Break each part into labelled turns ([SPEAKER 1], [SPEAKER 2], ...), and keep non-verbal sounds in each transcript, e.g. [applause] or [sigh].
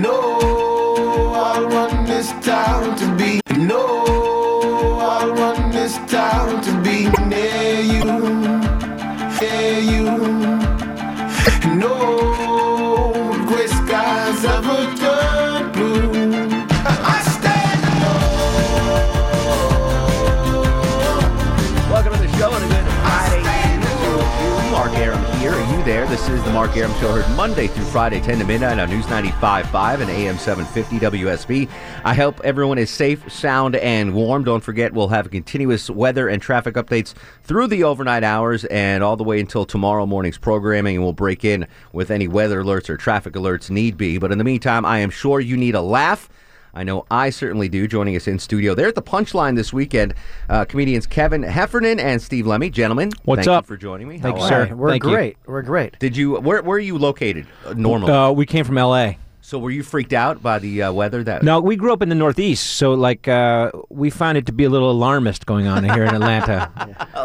[SPEAKER 1] No, I want this town to be. No, I want this town to be near you, near you. No gray skies ever turn blue. I stand
[SPEAKER 2] Welcome to the show and a good Friday to you. Mark Aram here. Are you there? This is the Mark Aram Show, heard Monday through Friday, 10 to midnight on News 95.5 and AM 750 WSB. I hope everyone is safe, sound, and warm. Don't forget, we'll have continuous weather and traffic updates through the overnight hours and all the way until tomorrow morning's programming, and we'll break in with any weather alerts or traffic alerts need be. But in the meantime, I am sure you need a laugh. I know I certainly do. Joining us in studio, they're at the Punchline this weekend. Uh, comedians Kevin Heffernan and Steve Lemmy, gentlemen.
[SPEAKER 3] What's
[SPEAKER 2] thank you
[SPEAKER 3] up?
[SPEAKER 2] for joining me?
[SPEAKER 3] Thank
[SPEAKER 2] How
[SPEAKER 3] you,
[SPEAKER 2] are
[SPEAKER 3] sir.
[SPEAKER 4] Hey, We're
[SPEAKER 3] Thank you.
[SPEAKER 4] great. We're great.
[SPEAKER 2] Did you where where are you located uh, normally?
[SPEAKER 3] Uh, we came from L.A.
[SPEAKER 2] so were you freaked out by the uh, weather that
[SPEAKER 3] No, we grew up in the Northeast, so like uh, we found it to be a little alarmist going on here in
[SPEAKER 2] [laughs]
[SPEAKER 3] Atlanta.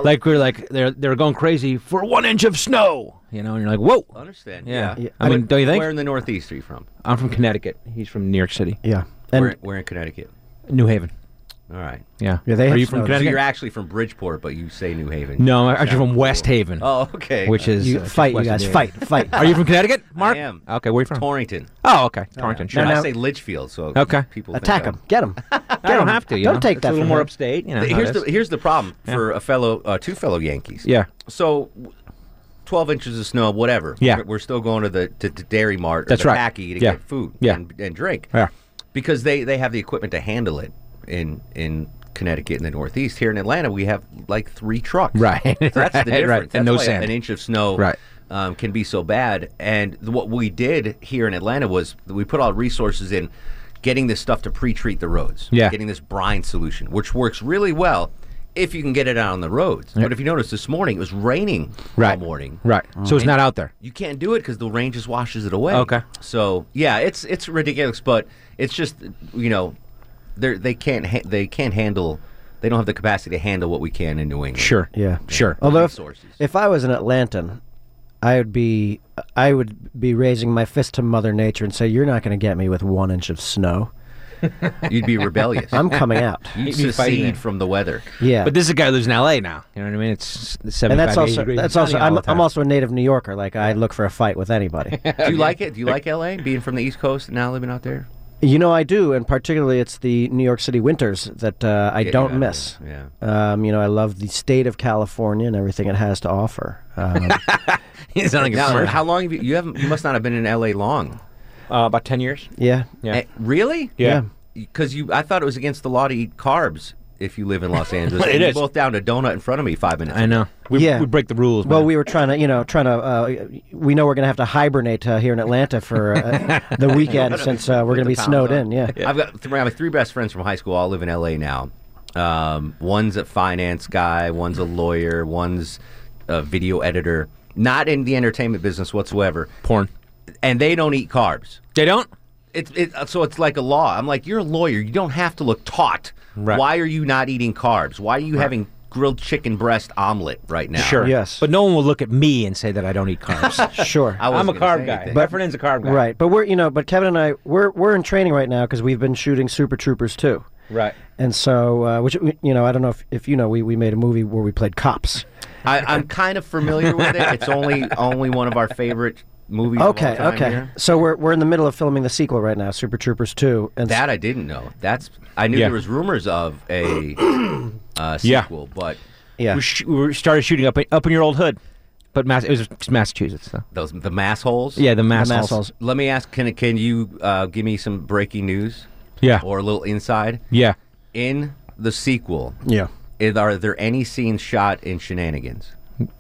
[SPEAKER 3] Like we were like they're they're going crazy for one inch of snow, you know, and you're like, whoa.
[SPEAKER 2] I understand.
[SPEAKER 3] Yeah.
[SPEAKER 2] Oh, Yeah.
[SPEAKER 3] I mean, don't you think?
[SPEAKER 2] Where in the northeast are you from?
[SPEAKER 3] I'm from Connecticut. He's from New York City,
[SPEAKER 4] Yeah.
[SPEAKER 2] We're,
[SPEAKER 4] And
[SPEAKER 2] we're in Connecticut.
[SPEAKER 3] New Haven.
[SPEAKER 2] All right.
[SPEAKER 3] Yeah.
[SPEAKER 4] Yeah, they
[SPEAKER 3] Are
[SPEAKER 4] have
[SPEAKER 3] you from
[SPEAKER 4] snow.
[SPEAKER 2] So
[SPEAKER 3] Connecticut?
[SPEAKER 2] you're actually from Bridgeport, but you say New Haven.
[SPEAKER 3] no, I'm actually from West Haven,
[SPEAKER 2] Oh, okay.
[SPEAKER 3] which is
[SPEAKER 4] you
[SPEAKER 3] uh, just
[SPEAKER 4] fight, you
[SPEAKER 3] west of
[SPEAKER 4] guys.
[SPEAKER 3] New Haven.
[SPEAKER 4] Fight,
[SPEAKER 3] [laughs]
[SPEAKER 4] fight.
[SPEAKER 3] Are you from Connecticut, Mark?
[SPEAKER 2] I am.
[SPEAKER 3] Okay, where are you from?
[SPEAKER 2] Torrington.
[SPEAKER 3] oh, okay, Torrington. Sure.
[SPEAKER 2] No, I
[SPEAKER 4] now-
[SPEAKER 2] say Litchfield, so
[SPEAKER 3] Okay.
[SPEAKER 2] people think
[SPEAKER 4] Attack
[SPEAKER 2] I'm-
[SPEAKER 4] him.
[SPEAKER 3] [laughs]
[SPEAKER 4] Get him.
[SPEAKER 3] I don't have to. You
[SPEAKER 4] Don't
[SPEAKER 3] know?
[SPEAKER 4] take
[SPEAKER 3] It's A
[SPEAKER 4] that
[SPEAKER 3] little
[SPEAKER 4] from
[SPEAKER 3] more
[SPEAKER 4] him.
[SPEAKER 3] upstate. You know, how
[SPEAKER 2] Here's
[SPEAKER 3] it
[SPEAKER 2] the
[SPEAKER 3] is.
[SPEAKER 2] here's the problem for a fellow uh, two fellow Yankees.
[SPEAKER 3] yeah.
[SPEAKER 2] So, w- twelve inches of snow, whatever.
[SPEAKER 3] Yeah.
[SPEAKER 2] We're- We're still going to the to, to Dairy Mart. Or
[SPEAKER 3] That's
[SPEAKER 2] the
[SPEAKER 3] right.
[SPEAKER 2] Packy to
[SPEAKER 3] Yeah.
[SPEAKER 2] get food.
[SPEAKER 3] Yeah.
[SPEAKER 2] And, and drink.
[SPEAKER 3] Yeah.
[SPEAKER 2] Because they they have the equipment to handle it in in Connecticut in the Northeast. Here in Atlanta, we have like three trucks.
[SPEAKER 3] Right.
[SPEAKER 2] So
[SPEAKER 3] [laughs]
[SPEAKER 2] that's
[SPEAKER 3] Right,
[SPEAKER 2] the difference.
[SPEAKER 3] right. And
[SPEAKER 2] That's
[SPEAKER 3] no
[SPEAKER 2] why
[SPEAKER 3] sand.
[SPEAKER 2] An inch of snow.
[SPEAKER 3] Right.
[SPEAKER 2] Um, can be so bad, and th- what we did here in Atlanta was we put all resources in getting this stuff to pre-treat the roads,
[SPEAKER 3] Yeah.
[SPEAKER 2] getting this brine solution, which works really well if you can get it out on the roads. But if you notice this morning, it was raining
[SPEAKER 3] Right.
[SPEAKER 2] all morning.
[SPEAKER 3] Right. So it's not out there.
[SPEAKER 2] You can't do it because the rain just washes it away.
[SPEAKER 3] Okay.
[SPEAKER 2] So yeah, it's it's ridiculous, but it's just you know they they can't ha- they can't handle they don't have the capacity to handle what we can in New England.
[SPEAKER 3] Sure.
[SPEAKER 4] Yeah. Oh,
[SPEAKER 3] Sure.
[SPEAKER 4] Although, if,
[SPEAKER 2] Resources.
[SPEAKER 4] if I was an Atlantan, I would be I would be raising my fist to Mother Nature and say, "You're not going to get me with one inch of snow.
[SPEAKER 2] You'd
[SPEAKER 3] [laughs]
[SPEAKER 2] be rebellious.
[SPEAKER 4] I'm coming out."
[SPEAKER 2] You'd
[SPEAKER 3] You'd be fighting
[SPEAKER 2] secede
[SPEAKER 3] it.
[SPEAKER 2] from
[SPEAKER 3] [laughs]
[SPEAKER 2] the weather.
[SPEAKER 4] Yeah.
[SPEAKER 3] But this is a guy who lives in LA now. You know what I mean? It's s- 75
[SPEAKER 4] and that's
[SPEAKER 3] 80
[SPEAKER 4] also
[SPEAKER 3] degrees.
[SPEAKER 4] that's
[SPEAKER 3] and
[SPEAKER 4] also
[SPEAKER 3] sunny
[SPEAKER 4] I'm,
[SPEAKER 3] all the
[SPEAKER 4] I'm
[SPEAKER 3] time.
[SPEAKER 4] also a native New Yorker. Like I look for a fight with anybody.
[SPEAKER 2] Do you like it? Do you like LA? Being from the East Coast and now living out there?
[SPEAKER 4] you know I do, and particularly it's the New York City winters that uh, I
[SPEAKER 2] you out
[SPEAKER 4] don't
[SPEAKER 2] of
[SPEAKER 4] miss.
[SPEAKER 2] there, yeah.
[SPEAKER 4] Um, you know, I love the state of California and everything it has to offer.
[SPEAKER 2] [laughs]
[SPEAKER 4] Um,
[SPEAKER 3] [laughs] It's not like a
[SPEAKER 2] Now,
[SPEAKER 3] smart-
[SPEAKER 2] how long have you? You haven't. You must not have been in LA long.
[SPEAKER 3] uh, about ten years.
[SPEAKER 4] yeah.
[SPEAKER 3] Yeah.
[SPEAKER 2] Eh, really?
[SPEAKER 3] Yeah.
[SPEAKER 2] Because you, I thought it was against the law to eat carbs if you live in
[SPEAKER 3] [laughs]
[SPEAKER 2] Los Angeles.
[SPEAKER 3] It
[SPEAKER 2] And
[SPEAKER 3] is.
[SPEAKER 2] You're both down to donut in front of me five minutes.
[SPEAKER 3] I know. We,
[SPEAKER 4] Yeah.
[SPEAKER 3] we break the rules.
[SPEAKER 4] Well,
[SPEAKER 3] man.
[SPEAKER 4] we were trying to, you know, trying to. Uh, we know we're going to have to hibernate uh, here in Atlanta
[SPEAKER 2] [laughs]
[SPEAKER 4] for uh, the weekend since uh, we're going to be
[SPEAKER 2] Put the
[SPEAKER 4] snowed
[SPEAKER 2] pounds
[SPEAKER 4] in.
[SPEAKER 2] on. [laughs]
[SPEAKER 4] Yeah.
[SPEAKER 2] I've got three, my three best friends from high school all live in LA now. Um, one's a finance guy, one's a lawyer, one's a video editor. Not in the entertainment business whatsoever.
[SPEAKER 3] porn.
[SPEAKER 2] And they don't eat carbs.
[SPEAKER 3] They don't.
[SPEAKER 2] It's it, uh, so it's like a law. I'm like, you're a lawyer. You don't have to look taught.
[SPEAKER 3] Right.
[SPEAKER 2] Why are you not eating carbs? Why are you having grilled chicken breast omelet right now?
[SPEAKER 3] Sure.
[SPEAKER 4] Yes.
[SPEAKER 3] But no one will look at me and say that I don't eat
[SPEAKER 4] [laughs]
[SPEAKER 3] carbs.
[SPEAKER 4] Sure.
[SPEAKER 2] I
[SPEAKER 3] I'm
[SPEAKER 2] wasn't
[SPEAKER 3] a
[SPEAKER 2] gonna
[SPEAKER 3] carb
[SPEAKER 2] say
[SPEAKER 3] guy.
[SPEAKER 2] anything.
[SPEAKER 3] My friend's a carb guy.
[SPEAKER 4] Right. But we're, you know, but Kevin and I, we're we're in training right now because we've been shooting Super Troopers too.
[SPEAKER 3] Right.
[SPEAKER 4] And so, uh, which you know, I don't know if, if you know, we, we made a movie where we played cops.
[SPEAKER 2] I, I'm kind of familiar with it. It's only only one of our favorite movies. of all
[SPEAKER 4] Okay,
[SPEAKER 2] time
[SPEAKER 4] okay.
[SPEAKER 2] here.
[SPEAKER 4] So we're we're in the middle of filming the sequel right now, Super Troopers two. And s-
[SPEAKER 2] That I didn't know. That's I knew
[SPEAKER 3] Yeah.
[SPEAKER 2] there was rumors of
[SPEAKER 4] [clears throat]
[SPEAKER 2] a uh,
[SPEAKER 3] Yeah.
[SPEAKER 2] sequel, but
[SPEAKER 4] yeah,
[SPEAKER 3] We, sh- we started shooting up up in your old hood, but Mass- it was just Massachusetts though.
[SPEAKER 2] those the mass holes.
[SPEAKER 3] Yeah, the mass,
[SPEAKER 4] mass
[SPEAKER 3] halls.
[SPEAKER 4] holes.
[SPEAKER 2] Let me ask. Can can you uh, give me some breaking news?
[SPEAKER 3] Yeah.
[SPEAKER 2] Or a little inside
[SPEAKER 3] Yeah.
[SPEAKER 2] in the sequel.
[SPEAKER 4] yeah.
[SPEAKER 2] Is- Are there any scenes shot in shenanigans?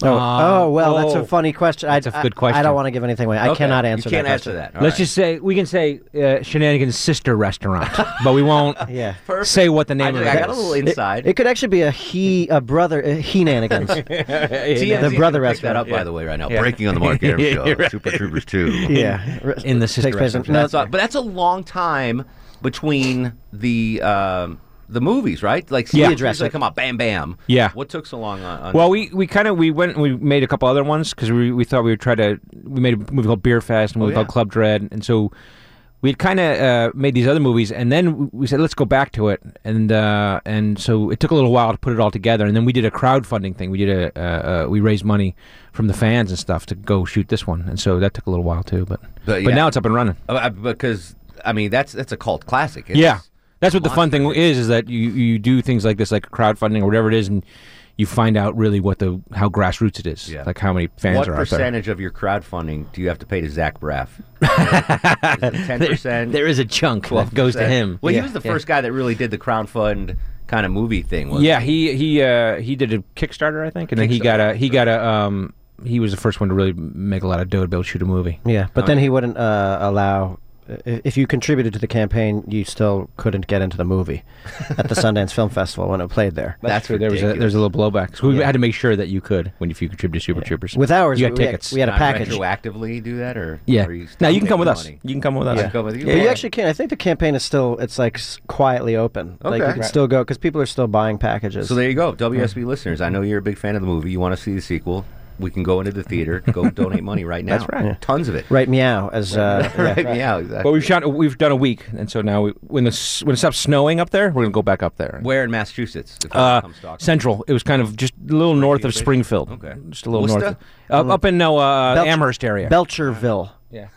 [SPEAKER 4] Oh,
[SPEAKER 3] Uh,
[SPEAKER 4] oh well, that's
[SPEAKER 3] oh.
[SPEAKER 4] a funny question.
[SPEAKER 3] That's
[SPEAKER 4] a
[SPEAKER 3] a good
[SPEAKER 4] I,
[SPEAKER 3] question.
[SPEAKER 4] don't want to give anything away. I
[SPEAKER 2] Okay,
[SPEAKER 4] cannot answer.
[SPEAKER 2] You can't
[SPEAKER 4] that
[SPEAKER 2] answer
[SPEAKER 4] question.
[SPEAKER 2] that. All
[SPEAKER 3] Let's
[SPEAKER 2] right.
[SPEAKER 3] just say we can say uh, Shenanigans' sister
[SPEAKER 2] [laughs]
[SPEAKER 3] restaurant, but we won't
[SPEAKER 4] Yeah.
[SPEAKER 2] Perfect.
[SPEAKER 3] say what the
[SPEAKER 2] I,
[SPEAKER 3] name
[SPEAKER 2] did-
[SPEAKER 3] of it
[SPEAKER 2] I got a
[SPEAKER 3] is.
[SPEAKER 2] little
[SPEAKER 4] It-
[SPEAKER 2] inside.
[SPEAKER 4] It, could actually be a he, a brother, a he nanigans.
[SPEAKER 2] TMZ
[SPEAKER 4] the
[SPEAKER 2] can
[SPEAKER 4] brother
[SPEAKER 2] pick that
[SPEAKER 4] restaurant.
[SPEAKER 2] up, by
[SPEAKER 4] Yeah.
[SPEAKER 2] the way, right now.
[SPEAKER 3] [laughs] Yeah.
[SPEAKER 2] Breaking on the Mark Aram show, Super Troopers two.
[SPEAKER 3] [laughs]
[SPEAKER 4] yeah.
[SPEAKER 3] In the sister
[SPEAKER 4] Takes place in-
[SPEAKER 3] restaurant.
[SPEAKER 4] no,
[SPEAKER 2] That's a, but that's a long time between the um, the movies, right? Like,
[SPEAKER 3] Yeah.
[SPEAKER 2] series
[SPEAKER 4] Address
[SPEAKER 2] that
[SPEAKER 4] it.
[SPEAKER 2] come out, bam, bam.
[SPEAKER 3] Yeah.
[SPEAKER 2] What took so long on? on
[SPEAKER 3] Well, we, we kind of we went and we made a couple other ones because we we thought we would try to we made a movie called Beer Fest and a movie
[SPEAKER 2] Oh, yeah.
[SPEAKER 3] called Club Dread and so we had kind of uh, made these other movies and then w- we said let's go back to it and uh, and so it took a little while to put it all together and then we did a crowdfunding thing we did a uh, uh, we raised money from the fans and stuff to go shoot this one and so that took a little while too but
[SPEAKER 2] But
[SPEAKER 3] but,
[SPEAKER 2] yeah.
[SPEAKER 3] now it's up and running
[SPEAKER 2] Uh, uh, because I mean that's that's a cult classic. It's-
[SPEAKER 3] yeah that's what the fun thing is is that you you do things like this like crowdfunding or whatever it is and you find out really what the how grassroots it is
[SPEAKER 2] Yeah.
[SPEAKER 3] like how many fans
[SPEAKER 2] What
[SPEAKER 3] are out there.
[SPEAKER 2] percentage of your crowdfunding do you have to pay to Zach Braff?
[SPEAKER 3] [laughs]
[SPEAKER 2] Ten percent.
[SPEAKER 3] There is a chunk that goes to him.
[SPEAKER 2] Well,
[SPEAKER 3] yeah.
[SPEAKER 2] he was the first guy that really did the crowdfund kind of movie thing. Wasn't
[SPEAKER 3] Yeah, he he uh, he did a Kickstarter, I think, and then he got a he got a um he was the first one to really make a lot of dough to be able to shoot a movie.
[SPEAKER 4] Yeah, but then he wouldn't uh, allow. i- If you contributed to the campaign, you still couldn't get into the movie at the Sundance Film Festival when it played there.
[SPEAKER 2] That's
[SPEAKER 3] there was a
[SPEAKER 2] ridiculous.
[SPEAKER 3] there's a little blowback. So we had to make sure that you could when if you contributed to Super Troopers
[SPEAKER 4] With ours,
[SPEAKER 3] you got
[SPEAKER 4] we had-
[SPEAKER 3] tickets.
[SPEAKER 4] we had a
[SPEAKER 2] Not
[SPEAKER 4] package.
[SPEAKER 2] Retroactively do that, or
[SPEAKER 3] yeah.
[SPEAKER 2] or still
[SPEAKER 3] Now you can
[SPEAKER 2] take
[SPEAKER 3] come with
[SPEAKER 2] the
[SPEAKER 3] us.
[SPEAKER 2] money?
[SPEAKER 3] You can come with us.
[SPEAKER 2] I can come with you.
[SPEAKER 4] Yeah, you actually can. I think the campaign is still it's like s- quietly open. Like
[SPEAKER 2] Okay.
[SPEAKER 4] you can still go because people are still buying packages.
[SPEAKER 2] So there you go, WSB listeners. I know you're a big fan of the movie. You want to see the sequel? We can go into the theater.
[SPEAKER 3] [laughs]
[SPEAKER 2] Go donate money right now.
[SPEAKER 3] That's right. Yeah.
[SPEAKER 2] Tons of it.
[SPEAKER 4] right meow as uh, yeah.
[SPEAKER 2] [laughs] Right, Yeah. Exactly.
[SPEAKER 3] But we've shot we've done a week, and so now we, when the s- when it stops snowing up there, we're gonna go back up there.
[SPEAKER 2] Where in Massachusetts? If
[SPEAKER 3] uh,
[SPEAKER 2] it comes to Oxford?
[SPEAKER 3] central. It was kind of just a little north of
[SPEAKER 2] basically.
[SPEAKER 3] Springfield.
[SPEAKER 2] Okay.
[SPEAKER 3] just a little
[SPEAKER 2] Worcester?
[SPEAKER 3] north. Up, up in no uh,
[SPEAKER 4] Belch-
[SPEAKER 3] Amherst area.
[SPEAKER 4] [laughs] Belcherville
[SPEAKER 3] yeah,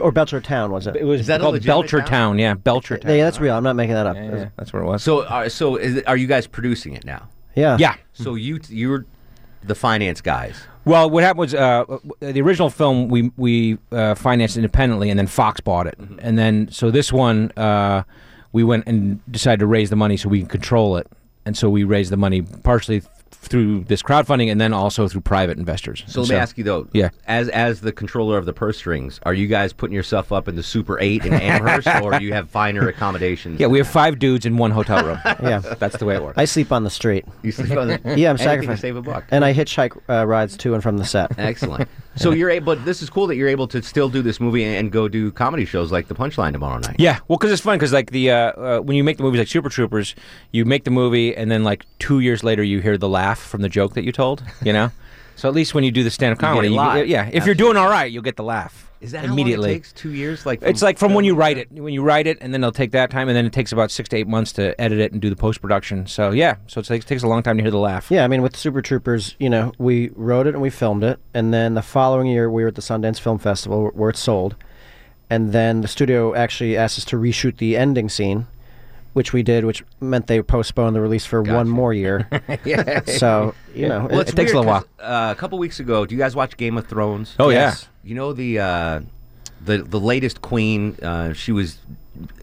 [SPEAKER 4] or Belchertown was it?
[SPEAKER 3] it was
[SPEAKER 2] Is that a
[SPEAKER 3] called
[SPEAKER 2] legitimate
[SPEAKER 3] Belcher
[SPEAKER 2] town?
[SPEAKER 3] Town. Yeah, Belcher Town.
[SPEAKER 4] yeah, that's real. I'm not making that up.
[SPEAKER 3] Yeah, yeah, that's where it was.
[SPEAKER 2] So, are, so is it, are you guys producing it now?
[SPEAKER 4] Yeah.
[SPEAKER 3] yeah.
[SPEAKER 2] So you t- you're the finance guys.
[SPEAKER 3] Well, what happened was uh, the original film we we uh, financed independently, and then Fox bought it,
[SPEAKER 2] Mm-hmm.
[SPEAKER 3] and then so this one uh, we went and decided to raise the money so we can control it, and so we raised the money partially th- through this crowdfunding, and then also through private investors.
[SPEAKER 2] So let me ask you though,
[SPEAKER 3] yeah.
[SPEAKER 2] as as the controller of the purse strings, are you guys putting yourself up in the Super Eight
[SPEAKER 3] [laughs]
[SPEAKER 2] in Amherst, or you have finer accommodations?
[SPEAKER 3] Yeah, we have five dudes in one hotel
[SPEAKER 2] [laughs]
[SPEAKER 3] room.
[SPEAKER 4] Yeah.
[SPEAKER 3] That's the way it works.
[SPEAKER 4] I sleep on the street.
[SPEAKER 2] you sleep on
[SPEAKER 3] [laughs]
[SPEAKER 2] the,
[SPEAKER 4] Yeah, I'm
[SPEAKER 2] anything to
[SPEAKER 4] sacrificing.
[SPEAKER 2] save a buck.
[SPEAKER 4] And I hitchhike uh, rides to and from the set.
[SPEAKER 2] Excellent. So you're able. But this is cool that you're able to still do this movie and, and go do comedy shows like the Punchline tomorrow night.
[SPEAKER 3] yeah, well, because it's fun. Because like the uh, uh, when you make the movies like Super Troopers, you make the movie, and then like two years later, you hear the laugh from the joke that you told. You know, [laughs] so at least when you do the stand-up
[SPEAKER 2] get
[SPEAKER 3] comedy,
[SPEAKER 2] it live.
[SPEAKER 3] yeah, if you're doing all right, you'll get the laugh.
[SPEAKER 2] Is that
[SPEAKER 3] immediately?
[SPEAKER 2] How long it takes two years? Like
[SPEAKER 3] It's like from when you write it. When you write it, and then they'll take that time, and then it takes about six to eight months to edit it and do the post production. So yeah, so it takes, takes a long time to hear the laugh.
[SPEAKER 4] Yeah, I mean, with Super Troopers, you know, we wrote it and we filmed it, and then the following year we were at the Sundance Film Festival wh- where it sold, and then the studio actually asked us to reshoot the ending scene, which we did, which meant they postponed the release for one more year.
[SPEAKER 2] [laughs] [laughs] yeah.
[SPEAKER 4] so you know,
[SPEAKER 2] Well,
[SPEAKER 4] it-
[SPEAKER 2] it's
[SPEAKER 3] It takes a
[SPEAKER 2] weird
[SPEAKER 3] little
[SPEAKER 2] 'cause, Uh, a couple weeks ago, do you guys watch Game of Thrones?
[SPEAKER 3] Oh
[SPEAKER 4] Yes.
[SPEAKER 2] You know the uh, the the latest queen. Uh, she was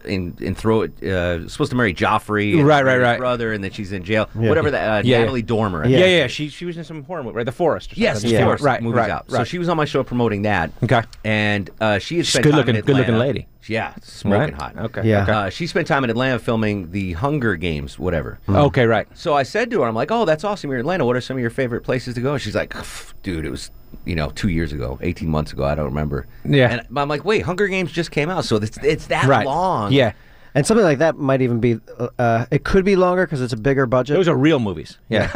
[SPEAKER 2] in in throw uh, supposed to marry Joffrey, and
[SPEAKER 3] Right, right,
[SPEAKER 2] his
[SPEAKER 3] right.
[SPEAKER 2] Brother, and then she's in jail. Whatever that uh,
[SPEAKER 3] Yeah, yeah.
[SPEAKER 2] Natalie Dormer. I
[SPEAKER 3] yeah,
[SPEAKER 2] think.
[SPEAKER 3] yeah. yeah. She she was in some horror movie, right? The Forest. Or
[SPEAKER 2] Yes,
[SPEAKER 3] something.
[SPEAKER 2] of
[SPEAKER 4] Yeah.
[SPEAKER 2] course.
[SPEAKER 3] Right,
[SPEAKER 2] movie's
[SPEAKER 3] right,
[SPEAKER 2] out. So
[SPEAKER 3] right.
[SPEAKER 2] she was on my show promoting that.
[SPEAKER 3] Okay.
[SPEAKER 2] and uh, she had
[SPEAKER 3] She's
[SPEAKER 2] spent
[SPEAKER 3] good
[SPEAKER 2] time
[SPEAKER 3] looking-
[SPEAKER 2] in
[SPEAKER 3] good looking
[SPEAKER 2] Atlanta.
[SPEAKER 3] lady.
[SPEAKER 2] Yeah,
[SPEAKER 3] Right.
[SPEAKER 2] smoking hot.
[SPEAKER 3] Okay.
[SPEAKER 4] Yeah.
[SPEAKER 3] Okay.
[SPEAKER 2] Uh, she spent time in Atlanta filming the Hunger Games, whatever.
[SPEAKER 3] okay. Right.
[SPEAKER 2] So I said to her, I'm like, oh, that's awesome. You're in Atlanta. What are some of your favorite places to go? And she's like, "Pff, dude, it was, you know, two years ago, 18 months ago. I don't remember.
[SPEAKER 3] Yeah.
[SPEAKER 2] And but I'm like, wait, Hunger Games just came out. So it's, it's that
[SPEAKER 3] Right.
[SPEAKER 2] long.
[SPEAKER 3] Yeah.
[SPEAKER 4] and something like that might even be, uh, uh, it could be longer because it's a bigger budget.
[SPEAKER 3] Those are real movies. Yeah,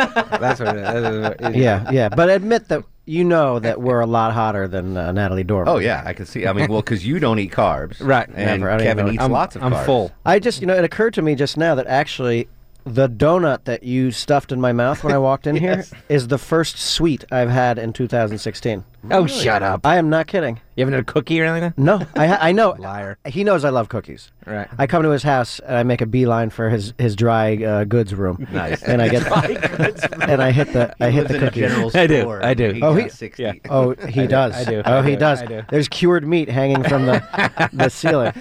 [SPEAKER 3] that's what. It, that's what it-
[SPEAKER 2] [laughs]
[SPEAKER 4] yeah, yeah, but admit that you know that we're a lot hotter than uh, Natalie Dormer.
[SPEAKER 2] Oh, yeah. I can see. I mean, well, because you don't eat carbs.
[SPEAKER 3] Right.
[SPEAKER 2] And
[SPEAKER 4] Never. I don't
[SPEAKER 2] Kevin
[SPEAKER 4] even-
[SPEAKER 2] eats
[SPEAKER 3] I'm,
[SPEAKER 2] lots of
[SPEAKER 3] I'm
[SPEAKER 2] carbs.
[SPEAKER 3] full.
[SPEAKER 4] I just, you know, it occurred to me just now that actually the donut that you stuffed in my mouth when I
[SPEAKER 3] [laughs]
[SPEAKER 4] walked in here is the first sweet I've had in 2016.
[SPEAKER 3] Oh, shut up!
[SPEAKER 4] I am not kidding.
[SPEAKER 3] You haven't had a cookie or anything?
[SPEAKER 4] No, I, ha- I know.
[SPEAKER 3] [laughs] Liar.
[SPEAKER 4] He knows I love cookies.
[SPEAKER 3] Right.
[SPEAKER 4] I come to his house and I make a beeline for his his dry uh, goods room.
[SPEAKER 2] Nice.
[SPEAKER 4] And
[SPEAKER 3] [laughs]
[SPEAKER 4] I get and I hit the I hit
[SPEAKER 2] Lives
[SPEAKER 4] the
[SPEAKER 2] in a
[SPEAKER 4] cookies.
[SPEAKER 2] general
[SPEAKER 3] I do,
[SPEAKER 2] store.
[SPEAKER 3] I do.
[SPEAKER 2] He
[SPEAKER 4] Oh,
[SPEAKER 2] got
[SPEAKER 4] he-
[SPEAKER 2] 60.
[SPEAKER 3] yeah.
[SPEAKER 4] Oh, he does.
[SPEAKER 3] I do,
[SPEAKER 4] Oh,
[SPEAKER 3] I
[SPEAKER 4] he
[SPEAKER 3] do,
[SPEAKER 4] does.
[SPEAKER 3] I do. [laughs]
[SPEAKER 4] There's cured meat hanging from the the ceiling.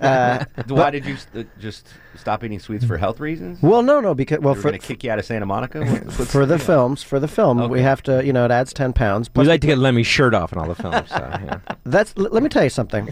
[SPEAKER 4] Uh,
[SPEAKER 2] Why did you st- just stop eating sweets for health reasons? We're
[SPEAKER 4] well, no, no, because well, for
[SPEAKER 2] going to kick you out of Santa Monica.
[SPEAKER 3] [laughs]
[SPEAKER 2] What's- what's-
[SPEAKER 4] for the films, for the film, we
[SPEAKER 2] Okay.
[SPEAKER 4] have to, you know, it adds ten pounds.
[SPEAKER 3] We
[SPEAKER 4] Plus,
[SPEAKER 3] like to get Lemmy's shirt off in all the films. So, [laughs] yeah.
[SPEAKER 4] that's. l- let me tell you something.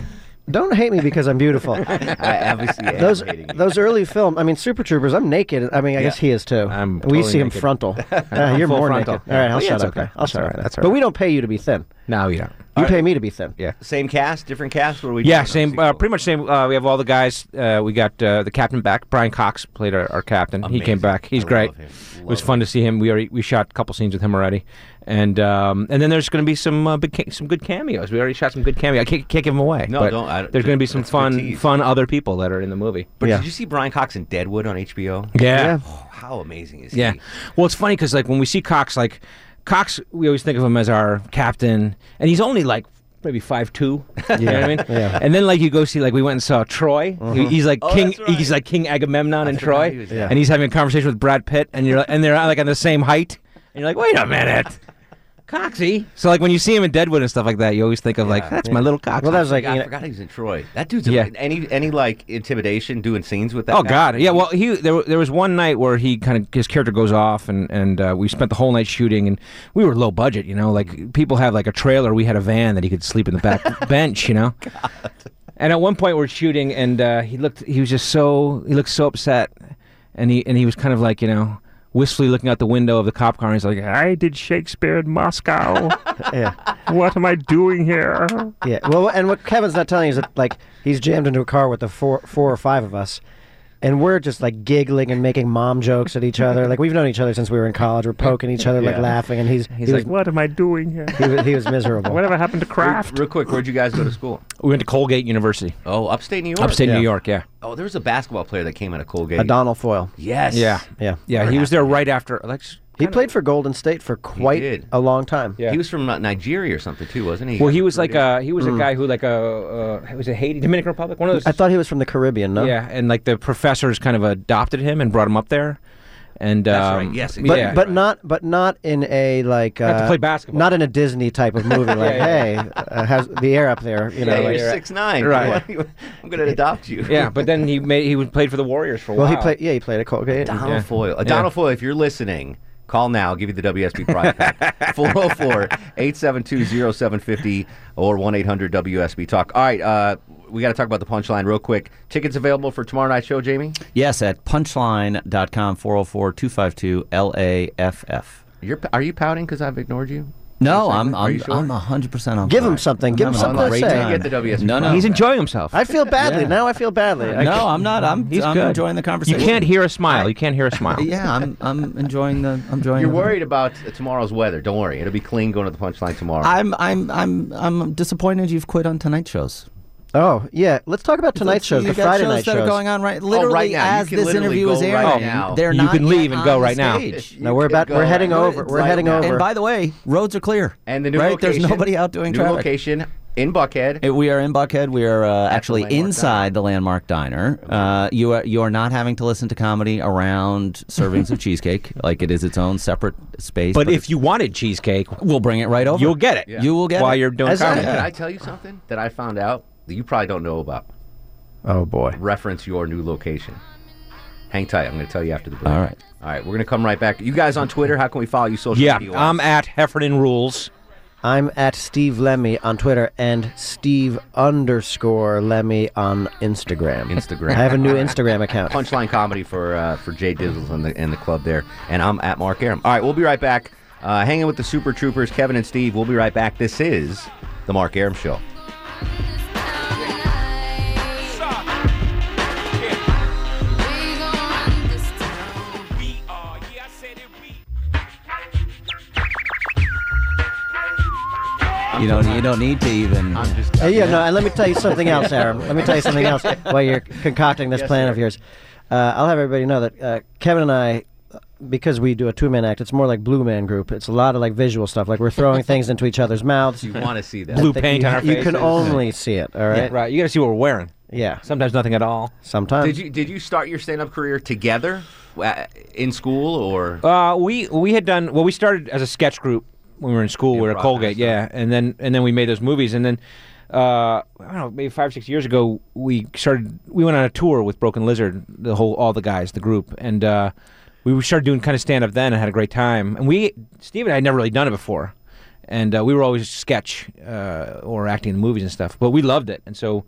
[SPEAKER 4] Don't hate me because
[SPEAKER 3] [laughs]
[SPEAKER 4] I'm beautiful.
[SPEAKER 2] I obviously am
[SPEAKER 4] those
[SPEAKER 2] hating you.
[SPEAKER 4] those early film. I mean, Super Troopers. I'm naked. I mean, I guess he is too.
[SPEAKER 3] I'm
[SPEAKER 4] we
[SPEAKER 3] totally
[SPEAKER 4] see him
[SPEAKER 3] naked. [laughs]
[SPEAKER 4] frontal. Uh, you're
[SPEAKER 3] full
[SPEAKER 4] more
[SPEAKER 3] frontal.
[SPEAKER 4] naked. All right, I'll
[SPEAKER 3] Oh, yeah,
[SPEAKER 4] shut
[SPEAKER 3] it's
[SPEAKER 4] up.
[SPEAKER 3] okay.
[SPEAKER 4] then. I'll
[SPEAKER 3] That's
[SPEAKER 4] shut
[SPEAKER 3] all
[SPEAKER 4] up.
[SPEAKER 3] right,
[SPEAKER 4] then.
[SPEAKER 3] that's all
[SPEAKER 4] But
[SPEAKER 3] right.
[SPEAKER 4] we don't pay you to be thin.
[SPEAKER 3] No, we don't.
[SPEAKER 4] You pay me to be thin.
[SPEAKER 3] Yeah.
[SPEAKER 2] Same cast, different cast. What are we?
[SPEAKER 3] Yeah,
[SPEAKER 2] doing?
[SPEAKER 3] same. Uh, pretty much same. Uh, we have all the guys. Uh, we got uh, the captain back. Brian Cox played our, our captain. He
[SPEAKER 2] Amazing.
[SPEAKER 3] came back. He's
[SPEAKER 2] I
[SPEAKER 3] great.
[SPEAKER 2] love him.
[SPEAKER 3] It
[SPEAKER 2] Love
[SPEAKER 3] was fun to see him. We already we shot a couple scenes with him already, and um, and then there's going to be some uh, big ca- some good cameos. We already shot some good cameos. I can't, can't give them away.
[SPEAKER 2] No,
[SPEAKER 3] but
[SPEAKER 2] don't- I don't-
[SPEAKER 3] there's going to be some
[SPEAKER 2] that's a good
[SPEAKER 3] fun
[SPEAKER 2] tease.
[SPEAKER 3] fun other people that are in the movie.
[SPEAKER 2] But
[SPEAKER 4] Yeah.
[SPEAKER 2] did you see Brian Cox in Deadwood on HBO?
[SPEAKER 3] Yeah.
[SPEAKER 2] Oh, how amazing is
[SPEAKER 3] Yeah.
[SPEAKER 2] he?
[SPEAKER 3] Well, it's funny because like when we see Cox, like Cox, we always think of him as our captain, and he's only like maybe five two. [laughs] You know what I mean?
[SPEAKER 4] yeah. Uh-huh.
[SPEAKER 3] And then like you go see like we went and saw Troy. He- he's like
[SPEAKER 2] Oh,
[SPEAKER 3] king.
[SPEAKER 2] that's right.
[SPEAKER 3] He's like King Agamemnon in
[SPEAKER 2] I forgot
[SPEAKER 3] Troy,
[SPEAKER 2] he was in Yeah.
[SPEAKER 3] and he's having a conversation with Brad Pitt, and you're and they're like on the same height, and you're like, wait a
[SPEAKER 4] [laughs]
[SPEAKER 3] minute. Coxie. So like when you see him in Deadwood and stuff like that, you always think of like that's my little Cox.
[SPEAKER 4] Well, that was like
[SPEAKER 2] Yeah,
[SPEAKER 4] you
[SPEAKER 2] I
[SPEAKER 4] know,
[SPEAKER 2] forgot he was in Troy. That dude's
[SPEAKER 3] Yeah.
[SPEAKER 2] yeah. any any like intimidation doing scenes with that.
[SPEAKER 3] Oh
[SPEAKER 2] guy?
[SPEAKER 3] God, yeah. Well, he there, wa- there was one night where he kind of his character goes off, and and uh, we spent the whole night shooting, and we were low budget, you know. Like people have like a trailer, we had a van that he could sleep in the
[SPEAKER 4] [laughs] Oh,
[SPEAKER 3] back bench, you know. And at one point we're shooting, and uh, he looked, he was just so he looked so upset, and he and he was kind of like you know wistfully looking out the window of the cop car, and he's like, I did Shakespeare in Moscow.
[SPEAKER 4] yeah,
[SPEAKER 3] what am I doing here?
[SPEAKER 4] yeah. Well, and what Kevin's not telling you is that like he's jammed into a car with the four, four or five of us, and we're just like giggling and making mom jokes at each other. Like we've known each other since we were in college. We're poking each other, like
[SPEAKER 2] Yeah.
[SPEAKER 4] laughing, and he's
[SPEAKER 3] He's
[SPEAKER 4] he
[SPEAKER 3] like,
[SPEAKER 4] was,
[SPEAKER 3] What am I doing here?
[SPEAKER 4] he was he was miserable.
[SPEAKER 3] Whatever happened to
[SPEAKER 2] Real,
[SPEAKER 3] craft?
[SPEAKER 2] real quick, where'd you guys go to school?
[SPEAKER 3] We went to Colgate University,
[SPEAKER 2] Oh, upstate New York.
[SPEAKER 3] upstate
[SPEAKER 4] Yeah.
[SPEAKER 3] New York. Yeah.
[SPEAKER 2] Oh, there was a basketball player that came out of Colgate.
[SPEAKER 4] A Donald Foyle.
[SPEAKER 2] Yes.
[SPEAKER 3] Yeah.
[SPEAKER 4] Yeah.
[SPEAKER 3] Yeah, he was there right after. Like, s-
[SPEAKER 4] He played for Golden State for quite
[SPEAKER 2] did.
[SPEAKER 4] a long time.
[SPEAKER 3] Yeah.
[SPEAKER 2] He was from uh, Nigeria or something too, wasn't he?
[SPEAKER 3] well, he was like a he was a guy who like a uh, was it Haiti, Dominican Republic, one of those.
[SPEAKER 4] Mm. I thought he was from the Caribbean. No.
[SPEAKER 3] yeah, and like the professors kind of adopted him and brought him up there, and um,
[SPEAKER 2] That's right, yes,
[SPEAKER 4] But
[SPEAKER 3] yeah.
[SPEAKER 4] but
[SPEAKER 2] Right.
[SPEAKER 4] not but not in a like uh,
[SPEAKER 3] Not to play basketball.
[SPEAKER 4] Not in a Disney type of
[SPEAKER 3] [laughs]
[SPEAKER 4] movie. like
[SPEAKER 3] yeah.
[SPEAKER 4] hey, uh, how's the air up there? You know.
[SPEAKER 2] Yeah,
[SPEAKER 4] like- uh,
[SPEAKER 2] you're six nine.
[SPEAKER 3] Right.
[SPEAKER 2] [laughs] I'm gonna adopt you.
[SPEAKER 3] yeah, but then he made he was played for the Warriors for a
[SPEAKER 4] well,
[SPEAKER 3] while.
[SPEAKER 4] he played. Yeah, he played at
[SPEAKER 2] [laughs]
[SPEAKER 4] Colgate.
[SPEAKER 2] Donald Foyle. Uh, Donald Foyle, if you're listening, call now. I'll give you the WSB prize pack.
[SPEAKER 4] [laughs]
[SPEAKER 2] 404 872 0750 or 1 800 WSB Talk. All right, uh, we got to talk about the punchline real quick. Tickets available for tomorrow night's show, Jamie?
[SPEAKER 5] Yes, at punchline.com 404 252 LAFF.
[SPEAKER 2] You're, p- are you pouting because I've ignored you?
[SPEAKER 5] No,
[SPEAKER 2] Are you
[SPEAKER 5] I'm
[SPEAKER 2] sure? Are
[SPEAKER 5] I'm
[SPEAKER 2] you sure?
[SPEAKER 5] I'm 100% on.
[SPEAKER 4] Give him
[SPEAKER 5] fire.
[SPEAKER 4] something. Give
[SPEAKER 5] I'm
[SPEAKER 4] him
[SPEAKER 5] having
[SPEAKER 4] something
[SPEAKER 5] a
[SPEAKER 4] to
[SPEAKER 5] great
[SPEAKER 4] say.
[SPEAKER 5] time.
[SPEAKER 2] Get the WSB
[SPEAKER 5] No, no.
[SPEAKER 3] He's enjoying himself.
[SPEAKER 4] I feel badly
[SPEAKER 5] Yeah.
[SPEAKER 4] now. I feel badly. I
[SPEAKER 5] No, I'm not. I'm
[SPEAKER 3] He's
[SPEAKER 5] I'm
[SPEAKER 3] good.
[SPEAKER 5] enjoying the
[SPEAKER 3] you
[SPEAKER 5] conversation. Uh,
[SPEAKER 3] can't hear a smile. You can't hear a
[SPEAKER 2] [laughs]
[SPEAKER 3] smile.
[SPEAKER 5] Yeah, I'm I'm enjoying the I'm enjoying
[SPEAKER 2] You're
[SPEAKER 5] the-
[SPEAKER 2] worried about uh, tomorrow's weather. Don't worry. It'll be clean going to the punchline tomorrow.
[SPEAKER 5] I'm I'm I'm I'm disappointed you've quit on tonight shows.
[SPEAKER 4] Oh yeah, let's talk about tonight's shows. The
[SPEAKER 5] You've got
[SPEAKER 4] Friday
[SPEAKER 5] shows
[SPEAKER 4] night
[SPEAKER 5] that
[SPEAKER 4] shows.
[SPEAKER 5] are going on right literally
[SPEAKER 2] Oh, now. You
[SPEAKER 5] as
[SPEAKER 2] can
[SPEAKER 5] this
[SPEAKER 2] literally
[SPEAKER 5] interview
[SPEAKER 2] go
[SPEAKER 5] is
[SPEAKER 2] right
[SPEAKER 5] airing.
[SPEAKER 2] now.
[SPEAKER 5] They're
[SPEAKER 3] You
[SPEAKER 5] not
[SPEAKER 3] can
[SPEAKER 5] yet
[SPEAKER 3] leave and
[SPEAKER 5] on
[SPEAKER 3] go
[SPEAKER 5] the
[SPEAKER 3] right now.
[SPEAKER 5] stage.
[SPEAKER 4] No, we're
[SPEAKER 2] could
[SPEAKER 4] about.
[SPEAKER 2] go
[SPEAKER 4] We're heading
[SPEAKER 2] right now.
[SPEAKER 4] over. We're
[SPEAKER 2] Right
[SPEAKER 4] heading
[SPEAKER 2] now.
[SPEAKER 4] over.
[SPEAKER 5] And by the way, roads are clear.
[SPEAKER 2] And the new
[SPEAKER 5] right?
[SPEAKER 2] location.
[SPEAKER 5] There's nobody out doing
[SPEAKER 2] new
[SPEAKER 5] traffic.
[SPEAKER 2] location in Buckhead.
[SPEAKER 5] Uh, We are in Buckhead. We are uh, actually
[SPEAKER 2] Landmark
[SPEAKER 5] inside the Landmark Diner. Uh, you are you are not having to listen to comedy around
[SPEAKER 3] [laughs]
[SPEAKER 5] servings of cheesecake. Like it is its own separate space.
[SPEAKER 3] But
[SPEAKER 5] it's-
[SPEAKER 3] if you wanted cheesecake,
[SPEAKER 5] we'll bring it right over,
[SPEAKER 3] you'll get it.
[SPEAKER 2] Yeah.
[SPEAKER 5] You will get
[SPEAKER 3] while
[SPEAKER 5] it.
[SPEAKER 3] you're doing
[SPEAKER 4] As I-
[SPEAKER 3] comedy.
[SPEAKER 2] Can I tell you something that I found out that you probably don't know about?
[SPEAKER 4] oh boy.
[SPEAKER 2] Reference your new location. Hang tight. I'm going to tell you after the break.
[SPEAKER 5] All right.
[SPEAKER 2] All right. We're going to come right back. You guys on Twitter, how can we follow you social
[SPEAKER 3] Yeah,
[SPEAKER 2] media?
[SPEAKER 3] I'm at Heffernan Rules.
[SPEAKER 4] I'm at Steve Lemmy on Twitter and Steve underscore Lemmy on Instagram.
[SPEAKER 2] Instagram.
[SPEAKER 4] I have a new Instagram account.
[SPEAKER 2] punchline comedy for uh, for Jay Dizzles and the and the club there. And I'm at Mark Aram. All right, we'll be right back. Uh, hanging with the Super Troopers, Kevin and Steve. We'll be right back. This is the Mark Aram Show.
[SPEAKER 5] you
[SPEAKER 3] [laughs]
[SPEAKER 5] don't you don't need to even.
[SPEAKER 4] Uh, yeah, no, and let me tell you something else, Aaron. Let me tell you something else while you're concocting this plan of yours. Uh, I'll have everybody know that uh, Kevin and I, because we do a two man act, it's more like Blue Man Group. It's a lot of like visual stuff. Like we're throwing things into each other's
[SPEAKER 3] [laughs]
[SPEAKER 4] mouths.
[SPEAKER 2] You want to see that?
[SPEAKER 3] Blue
[SPEAKER 4] That
[SPEAKER 3] paint
[SPEAKER 4] you,
[SPEAKER 3] on our
[SPEAKER 4] you can
[SPEAKER 3] faces.
[SPEAKER 4] only see it, all right?
[SPEAKER 3] Right, you got to see what we're wearing.
[SPEAKER 4] Yeah.
[SPEAKER 3] Sometimes nothing at all.
[SPEAKER 4] Sometimes.
[SPEAKER 2] Did you did you start your stand up career together uh, in school or?
[SPEAKER 3] Uh, we we had done well. We started as a sketch group when we were in school. we were
[SPEAKER 2] Improv
[SPEAKER 3] at
[SPEAKER 2] and
[SPEAKER 3] Colgate,
[SPEAKER 2] stuff.
[SPEAKER 3] yeah, and then and then we made those movies, and then uh, I don't know, maybe five or six years ago, we started. We went on a tour with Broken Lizard, the whole, all the guys, the group, and uh, we started doing kind of stand up then, and had a great time. And we, Steve and I, had never really done it before, and uh, we were always sketch uh, or acting in movies and stuff, but we loved it, and so.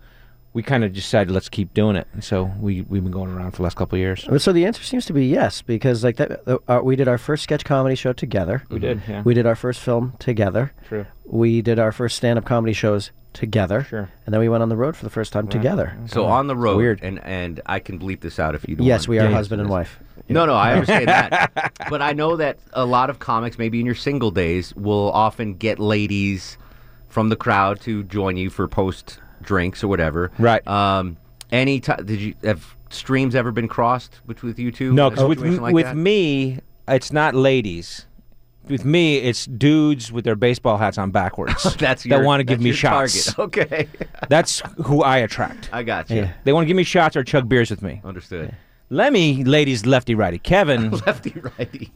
[SPEAKER 3] We kind of decided let's keep doing it, and so we we've been going around for the last couple of years.
[SPEAKER 4] But So the answer seems to be yes, because like that, uh, uh, we did our first sketch comedy show together. We
[SPEAKER 3] did, yeah.
[SPEAKER 4] We did our first film together.
[SPEAKER 3] True.
[SPEAKER 4] We did our first stand-up comedy shows together.
[SPEAKER 3] Sure.
[SPEAKER 4] And then we went on the road for the first time together.
[SPEAKER 2] So on the road, and and I can bleep this out if you do.
[SPEAKER 4] Yes, we are husband and wife.
[SPEAKER 2] No, no, I
[SPEAKER 3] [laughs]
[SPEAKER 2] understand that. But I know that a lot of comics, maybe in your single days, will often get ladies from the crowd to join you for post drinks or whatever.
[SPEAKER 3] Right.
[SPEAKER 2] Um, any time did you have streams ever been crossed with, with you two?
[SPEAKER 3] No,
[SPEAKER 2] in a
[SPEAKER 3] because with
[SPEAKER 2] situation like
[SPEAKER 3] with
[SPEAKER 2] that?
[SPEAKER 3] me, it's not ladies. With me, it's dudes with their baseball hats on
[SPEAKER 2] [laughs]
[SPEAKER 3] backwards.
[SPEAKER 2] [laughs] Oh, that's
[SPEAKER 3] that
[SPEAKER 2] your-
[SPEAKER 3] want to give
[SPEAKER 2] that's
[SPEAKER 3] me
[SPEAKER 2] your
[SPEAKER 3] shots.
[SPEAKER 2] Target. [laughs] Okay,
[SPEAKER 3] that's who I attract.
[SPEAKER 2] I got you.
[SPEAKER 4] Yeah.
[SPEAKER 3] They want to give me shots or chug beers with me.
[SPEAKER 2] Understood.
[SPEAKER 3] Lemmy, ladies, lefty, righty.
[SPEAKER 2] [laughs]
[SPEAKER 3] Kevin,
[SPEAKER 2] Lefty, righty.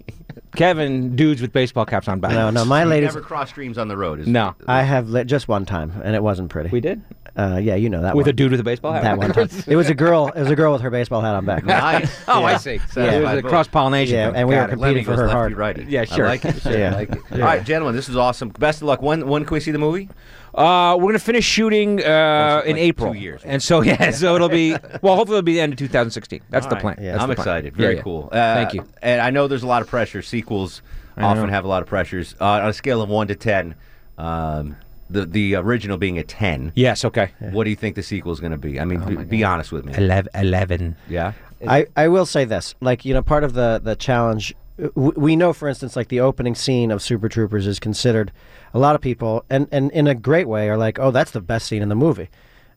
[SPEAKER 3] Kevin, dudes with baseball caps on backwards.
[SPEAKER 4] No,
[SPEAKER 3] [laughs]
[SPEAKER 4] no, my ladies.
[SPEAKER 2] Never cross streams on the road. Is
[SPEAKER 3] no.
[SPEAKER 4] I have li- just one time, and it wasn't pretty.
[SPEAKER 3] We did
[SPEAKER 4] Uh, yeah, you know that
[SPEAKER 3] with
[SPEAKER 4] one.
[SPEAKER 3] a dude with a baseball hat.
[SPEAKER 4] That one time.
[SPEAKER 3] [laughs]
[SPEAKER 4] It was a girl. It was a girl with her baseball hat on back.
[SPEAKER 2] Nice.
[SPEAKER 3] Oh, I
[SPEAKER 2] Yeah.
[SPEAKER 3] see.
[SPEAKER 2] [laughs] Satisfied
[SPEAKER 3] it was a
[SPEAKER 2] both.
[SPEAKER 3] cross pollination.
[SPEAKER 4] Yeah, and we were
[SPEAKER 2] Lemmy
[SPEAKER 4] competing for
[SPEAKER 2] goes
[SPEAKER 4] her
[SPEAKER 2] lefty,
[SPEAKER 4] heart.
[SPEAKER 2] Righty.
[SPEAKER 3] [laughs] Yeah, sure.
[SPEAKER 2] I like it.
[SPEAKER 4] Yeah.
[SPEAKER 2] I like it. All right, gentlemen, this is awesome. Best of luck. When when can we see the movie?
[SPEAKER 3] Uh, we're gonna finish shooting uh, in
[SPEAKER 2] like
[SPEAKER 3] April.
[SPEAKER 2] two years.
[SPEAKER 3] And so [laughs] yeah, so it'll be
[SPEAKER 2] [laughs]
[SPEAKER 3] well. Hopefully, it'll be the end of 2016. That's the
[SPEAKER 2] All
[SPEAKER 3] plan.
[SPEAKER 2] right.
[SPEAKER 3] That's
[SPEAKER 2] I'm
[SPEAKER 3] the plan.
[SPEAKER 2] excited.
[SPEAKER 3] Yeah,
[SPEAKER 2] Very
[SPEAKER 3] yeah.
[SPEAKER 2] cool. Uh,
[SPEAKER 3] Thank you.
[SPEAKER 2] And I know there's a lot of pressure. Sequels often have a lot of pressures. Uh, on a scale of one to ten, um, the the original being a ten.
[SPEAKER 3] Yes. Okay.
[SPEAKER 2] What do you think the sequel is going to be? I
[SPEAKER 3] Oh
[SPEAKER 2] mean, be, be honest with me.
[SPEAKER 3] Eleven. Eleven.
[SPEAKER 2] Yeah.
[SPEAKER 4] I, I will say this like you know part of the the challenge w- we know for instance like the opening scene of super troopers is considered a lot of people and and in a great way are like oh that's the best scene in the movie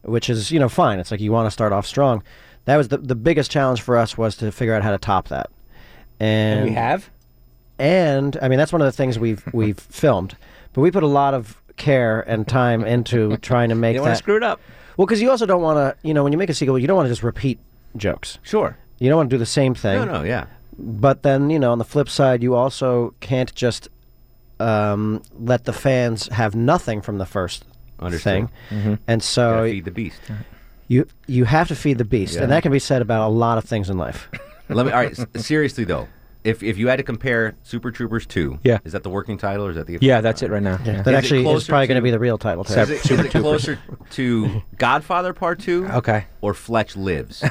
[SPEAKER 4] which is you know fine it's like you want to start off strong that was the, the biggest challenge for us was to figure out how to top that and,
[SPEAKER 3] We have.
[SPEAKER 4] and i mean that's one of the things we've we've filmed but we put a lot of care and time into trying to make
[SPEAKER 3] You don't want to
[SPEAKER 4] that
[SPEAKER 3] screw it up.
[SPEAKER 4] well because you also don't want to you know when you make a sequel you don't want to just repeat jokes
[SPEAKER 3] Sure.
[SPEAKER 4] you don't want to do the same thing
[SPEAKER 2] No, no, yeah.
[SPEAKER 4] but then you know on the flip side you also can't just um, let the fans have nothing from the first
[SPEAKER 2] Understood.
[SPEAKER 4] thing and so
[SPEAKER 3] Oh,
[SPEAKER 2] Gotta feed the beast.
[SPEAKER 4] you you have to feed the beast and that can be said about a lot of things in
[SPEAKER 2] [laughs]
[SPEAKER 4] life
[SPEAKER 2] Let me. All right. s- seriously though, if if you had to compare Super Troopers two,
[SPEAKER 3] Yeah.
[SPEAKER 2] is that the working title or is that the
[SPEAKER 3] Yeah, that's it right now. Yeah.
[SPEAKER 4] that
[SPEAKER 2] Is it
[SPEAKER 4] actually is
[SPEAKER 2] closer
[SPEAKER 4] probably going
[SPEAKER 2] to-
[SPEAKER 4] to be the real title too.
[SPEAKER 2] Is it, is it closer to Godfather Part Two?
[SPEAKER 3] [laughs] Okay.
[SPEAKER 2] Or
[SPEAKER 3] [laughs]
[SPEAKER 2] Fletch Lives?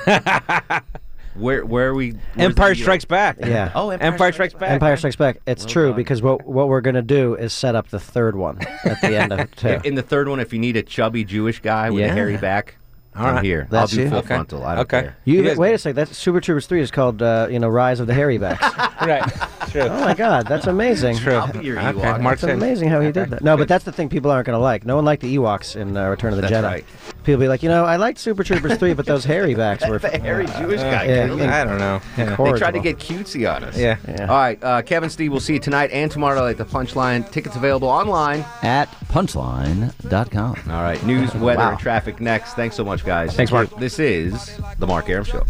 [SPEAKER 2] where where are we? where's the uh,
[SPEAKER 3] Empire
[SPEAKER 2] needle?
[SPEAKER 3] Strikes Back.
[SPEAKER 6] [laughs]
[SPEAKER 4] Yeah.
[SPEAKER 2] Oh, Empire,
[SPEAKER 3] Empire Strikes Back.
[SPEAKER 4] Empire Strikes Back. It's true because what what we're going to do is set up the third one at
[SPEAKER 2] [laughs]
[SPEAKER 4] the end of it too.
[SPEAKER 2] In the third one, if you need a chubby Jewish guy with a
[SPEAKER 3] Yeah.
[SPEAKER 2] hairy back, I'm
[SPEAKER 3] right.
[SPEAKER 2] here.
[SPEAKER 4] That's
[SPEAKER 2] I'll be
[SPEAKER 4] you.
[SPEAKER 2] full
[SPEAKER 3] Okay.
[SPEAKER 2] frontal. I don't
[SPEAKER 3] Okay.
[SPEAKER 2] care.
[SPEAKER 4] You,
[SPEAKER 3] You guys-
[SPEAKER 4] wait a second. That's Super Troopers three is called uh, you know Rise of the
[SPEAKER 2] [laughs]
[SPEAKER 4] Harrybacks.
[SPEAKER 3] Right.
[SPEAKER 6] [laughs]
[SPEAKER 3] True.
[SPEAKER 4] oh my God, that's amazing.
[SPEAKER 3] True.
[SPEAKER 2] I'll be your
[SPEAKER 3] Okay,
[SPEAKER 2] Ewok.
[SPEAKER 3] Mark
[SPEAKER 4] It's
[SPEAKER 3] said-
[SPEAKER 4] amazing how he did that. No, but that's the thing people aren't going to like. No one liked the Ewoks in uh, Return of the
[SPEAKER 2] That's
[SPEAKER 4] Jedi.
[SPEAKER 2] right.
[SPEAKER 4] People be like, you know, I liked Super Troopers 3, but those hairy backs
[SPEAKER 2] [laughs]
[SPEAKER 4] were.
[SPEAKER 2] The hairy Jewish guy.
[SPEAKER 4] yeah,
[SPEAKER 2] killed
[SPEAKER 4] yeah.
[SPEAKER 2] it.
[SPEAKER 3] I don't know. Uh, Yeah.
[SPEAKER 2] They tried to
[SPEAKER 4] Horrible.
[SPEAKER 2] get cutesy on us.
[SPEAKER 3] Yeah.
[SPEAKER 2] All right, uh, Kevin, Steve, we'll see you tonight and tomorrow at the Punchline. Tickets available online.
[SPEAKER 5] at punchline.com.
[SPEAKER 2] All
[SPEAKER 3] [laughs]
[SPEAKER 2] right, news, weather, and traffic next. Thanks so much, guys.
[SPEAKER 3] Thanks, Mark.
[SPEAKER 2] This is the Mark Aram Show.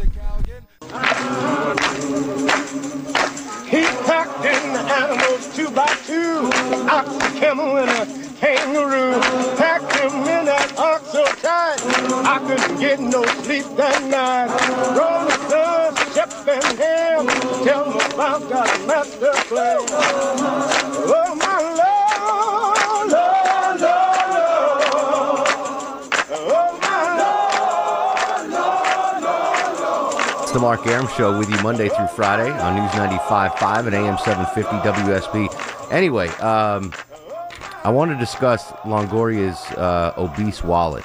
[SPEAKER 7] He packed in the animals two by two, ox, a camel, and a kangaroo. Packed him in that ox so tight, I couldn't get no sleep that night. From the sun, Shep and Ham, tell me about God's master plan. Oh, my love, love, love, love. Oh, my love, love, love, love.
[SPEAKER 2] It's the Mark Aram Show with you Monday through Friday on News 95.5 and AM 750 WSB. Anyway, um, I want to discuss Longoria's uh, obese wallet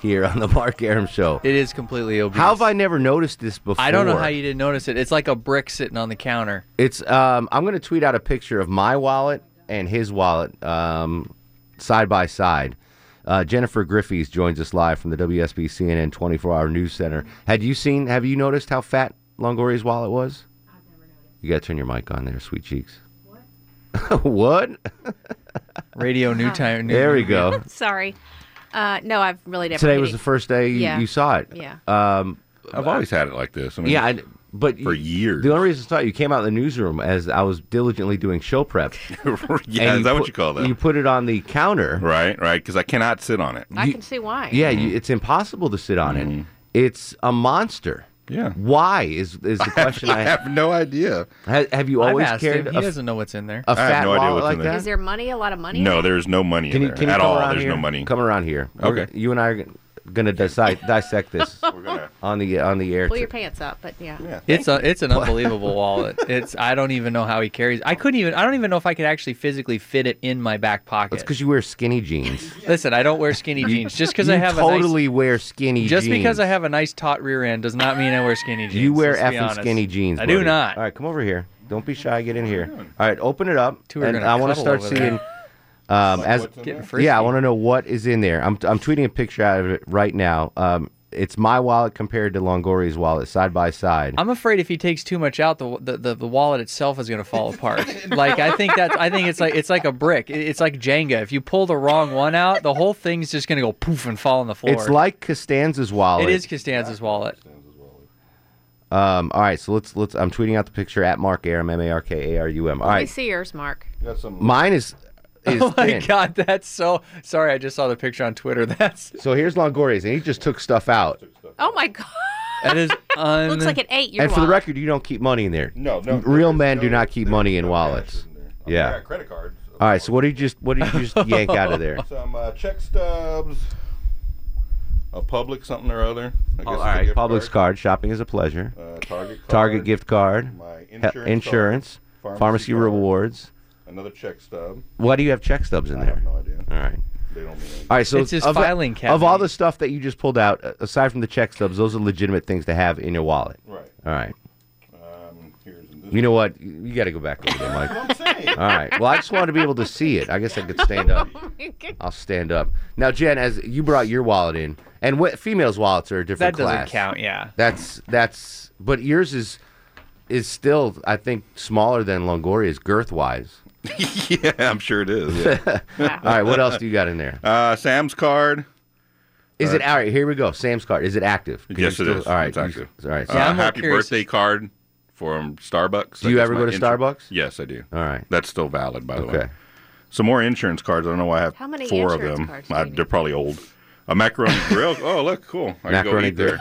[SPEAKER 2] here on the Mark Aram Show.
[SPEAKER 6] It is completely obese.
[SPEAKER 2] How have I never noticed this before?
[SPEAKER 6] I don't know how you didn't notice it. It's like a brick sitting on the counter.
[SPEAKER 2] It's. Um, I'm going to tweet out a picture of my wallet and his wallet um, side by side. Uh, Jennifer Griffey's joins us live from the WSB CNN 24-hour news center. Had you seen? Have you noticed how fat Longoria's wallet was? You got to turn your mic on there, sweet cheeks. [laughs] What? what?
[SPEAKER 6] Radio New Time. New
[SPEAKER 2] There we go.
[SPEAKER 8] Sorry. Uh, no, I've really never.
[SPEAKER 2] Today was
[SPEAKER 8] really-
[SPEAKER 2] the first day you,
[SPEAKER 8] Yeah.
[SPEAKER 2] you saw it.
[SPEAKER 8] Yeah.
[SPEAKER 2] Um,
[SPEAKER 9] I've always had it like this. I mean,
[SPEAKER 2] yeah. I, But
[SPEAKER 9] For
[SPEAKER 2] you-
[SPEAKER 9] years.
[SPEAKER 2] the only reason I saw you came out of the newsroom as I was diligently doing show prep.
[SPEAKER 9] [laughs] yeah,
[SPEAKER 2] and
[SPEAKER 9] is that
[SPEAKER 2] put-
[SPEAKER 9] what you call that?
[SPEAKER 2] You put it on the counter.
[SPEAKER 9] right, right. Because I cannot sit on it.
[SPEAKER 8] I can see why.
[SPEAKER 2] Yeah,
[SPEAKER 9] Mm-hmm.
[SPEAKER 2] you, it's impossible to sit on it. It's a monster.
[SPEAKER 9] Yeah.
[SPEAKER 2] Why is is
[SPEAKER 9] [laughs]
[SPEAKER 2] the question
[SPEAKER 9] I
[SPEAKER 2] I [laughs] have?
[SPEAKER 9] have no idea.
[SPEAKER 2] Have, you
[SPEAKER 6] I've
[SPEAKER 2] always
[SPEAKER 6] asked
[SPEAKER 2] carried
[SPEAKER 6] him.
[SPEAKER 2] a,
[SPEAKER 6] He doesn't know what's in there.
[SPEAKER 2] a
[SPEAKER 9] I have
[SPEAKER 2] fat
[SPEAKER 9] no idea
[SPEAKER 2] wallet
[SPEAKER 9] what's
[SPEAKER 2] like
[SPEAKER 9] in there.
[SPEAKER 2] that?
[SPEAKER 8] Is there money? A lot of money? in
[SPEAKER 9] No,
[SPEAKER 8] it?
[SPEAKER 9] there's no money
[SPEAKER 2] Can
[SPEAKER 9] in
[SPEAKER 2] you,
[SPEAKER 9] there
[SPEAKER 2] can you
[SPEAKER 9] at
[SPEAKER 2] come
[SPEAKER 9] all.
[SPEAKER 2] around
[SPEAKER 9] There's
[SPEAKER 2] here?
[SPEAKER 9] no money.
[SPEAKER 2] Come around here. We're-
[SPEAKER 9] Okay.
[SPEAKER 2] you and I are gonna
[SPEAKER 9] [laughs]
[SPEAKER 2] dissect dissect this
[SPEAKER 9] We're gonna.
[SPEAKER 2] on the on the air.
[SPEAKER 8] Pull your
[SPEAKER 2] to-
[SPEAKER 8] pants up, but yeah.
[SPEAKER 9] Yeah.
[SPEAKER 6] It's a it's an unbelievable wallet. It's I don't even know how he carries. I couldn't even I don't even know if I could actually physically fit it in my back pocket.
[SPEAKER 2] It's because you wear skinny jeans.
[SPEAKER 6] Listen, I don't wear skinny jeans. Just because
[SPEAKER 2] you
[SPEAKER 6] I have
[SPEAKER 2] totally wear
[SPEAKER 6] a
[SPEAKER 2] skinny
[SPEAKER 6] nice, just
[SPEAKER 2] jeans.
[SPEAKER 6] because I have a nice taut rear end does not mean I wear skinny jeans.
[SPEAKER 2] You wear
[SPEAKER 6] let's be
[SPEAKER 2] effing
[SPEAKER 6] honest.
[SPEAKER 2] skinny jeans.
[SPEAKER 6] I do
[SPEAKER 2] buddy.
[SPEAKER 6] not.
[SPEAKER 2] All right, come over here. Don't be shy. Get in here. All right, open it up.
[SPEAKER 6] Two are
[SPEAKER 2] and
[SPEAKER 6] gonna
[SPEAKER 2] I want to
[SPEAKER 6] cuddle
[SPEAKER 2] start
[SPEAKER 6] over
[SPEAKER 2] seeing.
[SPEAKER 6] there.
[SPEAKER 2] Um, as
[SPEAKER 6] Getting frisky.
[SPEAKER 2] yeah, I want to know what is in there. I'm I'm tweeting a picture out of it right now. Um, it's my wallet compared to Longoria's wallet, side by side.
[SPEAKER 6] I'm afraid if he takes too much out, the the, the, the wallet itself is going to fall apart.
[SPEAKER 8] [laughs]
[SPEAKER 6] like I think that I think it's like it's like a brick. It- It's like Jenga. If you pull the wrong one out, the whole thing's just going to go poof and fall on the floor.
[SPEAKER 2] it's like Costanza's wallet.
[SPEAKER 6] it is Costanza's wallet.
[SPEAKER 2] Um, all right, so let's let's. I'm tweeting out the picture at Mark Arum, M A R K A R U M. All
[SPEAKER 8] Let me
[SPEAKER 2] right,
[SPEAKER 8] see yours, Mark.
[SPEAKER 2] mine is is
[SPEAKER 6] [laughs] Oh my
[SPEAKER 2] thin.
[SPEAKER 6] [laughs] god, that's so sorry. I just saw the picture on Twitter. [laughs] That's
[SPEAKER 2] So here's Longoria's, and he just took stuff out.
[SPEAKER 8] Oh my god.
[SPEAKER 6] that is
[SPEAKER 8] [laughs]
[SPEAKER 6] un-
[SPEAKER 8] Looks like an Oh, eight year
[SPEAKER 2] and for the record, you don't keep money in there.
[SPEAKER 9] No, no.
[SPEAKER 2] Real
[SPEAKER 9] there's
[SPEAKER 2] men do
[SPEAKER 9] no-
[SPEAKER 2] not keep
[SPEAKER 9] there's
[SPEAKER 2] money in
[SPEAKER 9] no cash
[SPEAKER 2] wallets.
[SPEAKER 9] in there.
[SPEAKER 2] Yeah.
[SPEAKER 9] I got credit cards.
[SPEAKER 2] All right, so what did you just what did you just yank out [laughs] of there?
[SPEAKER 9] Some uh, check stubs, a public something or other. I guess
[SPEAKER 2] All
[SPEAKER 9] it's a
[SPEAKER 2] right,
[SPEAKER 9] gift
[SPEAKER 2] Publix card. shopping is a pleasure.
[SPEAKER 9] Uh, Target card.
[SPEAKER 2] Target gift card,
[SPEAKER 9] My
[SPEAKER 2] he-
[SPEAKER 9] insurance.
[SPEAKER 2] insurance,
[SPEAKER 9] card,
[SPEAKER 2] pharmacy,
[SPEAKER 9] pharmacy card.
[SPEAKER 2] rewards.
[SPEAKER 9] Another check stub.
[SPEAKER 2] Why do you have check stubs in
[SPEAKER 9] I have
[SPEAKER 2] there?
[SPEAKER 9] no idea.
[SPEAKER 2] All right,
[SPEAKER 9] They don't mean anything.
[SPEAKER 2] all right. So
[SPEAKER 6] It's his
[SPEAKER 2] of, the-
[SPEAKER 6] filing
[SPEAKER 2] of all
[SPEAKER 6] cabinet.
[SPEAKER 2] the stuff that you just pulled out, a- aside from the check stubs, those are legitimate things to have in your wallet.
[SPEAKER 9] Right.
[SPEAKER 2] All right.
[SPEAKER 9] Um, here's this.
[SPEAKER 2] You know what? You you got to go back over there, Mike.
[SPEAKER 9] I'm saying.
[SPEAKER 2] All right. Well, I just wanted to be able to see it. I guess I could stand [laughs] up. I'll stand up. Now, Jen, as you brought your wallet in, and what females' wallets are a
[SPEAKER 6] that
[SPEAKER 2] different
[SPEAKER 6] doesn't
[SPEAKER 2] class.
[SPEAKER 6] count. Yeah.
[SPEAKER 2] That's that's. But yours is is still, I think, smaller than Longoria's girth wise.
[SPEAKER 9] [laughs] yeah, I'm sure it
[SPEAKER 2] [laughs]
[SPEAKER 9] is. yeah.
[SPEAKER 2] All right. What else do you got in
[SPEAKER 6] [laughs]
[SPEAKER 2] there?
[SPEAKER 9] uh, Sam's card.
[SPEAKER 2] Is it all right? Here we go. Sam's card. Is it active? 'Cause
[SPEAKER 9] Yes,
[SPEAKER 2] you
[SPEAKER 9] it
[SPEAKER 2] still-
[SPEAKER 9] is.
[SPEAKER 2] All right.
[SPEAKER 9] It's
[SPEAKER 2] you-
[SPEAKER 9] active.
[SPEAKER 2] all right. so-
[SPEAKER 9] Uh,
[SPEAKER 6] Yeah, I'm more
[SPEAKER 9] happy
[SPEAKER 6] curious-
[SPEAKER 9] birthday card from Starbucks.
[SPEAKER 2] Do you
[SPEAKER 9] That's
[SPEAKER 2] ever
[SPEAKER 9] my
[SPEAKER 2] go to Starbucks?
[SPEAKER 9] Yes, I do.
[SPEAKER 2] all right.
[SPEAKER 9] That's still valid, by the way.
[SPEAKER 2] Okay.
[SPEAKER 9] Some more insurance cards. I don't know why I have
[SPEAKER 8] How many
[SPEAKER 9] four of
[SPEAKER 8] insurance
[SPEAKER 9] them.
[SPEAKER 8] cards do
[SPEAKER 9] I,
[SPEAKER 8] you
[SPEAKER 9] they're probably old. A macaroni
[SPEAKER 2] [laughs]
[SPEAKER 9] grill. Oh, look, cool. I can go
[SPEAKER 2] Macaroni
[SPEAKER 9] eat
[SPEAKER 2] grill.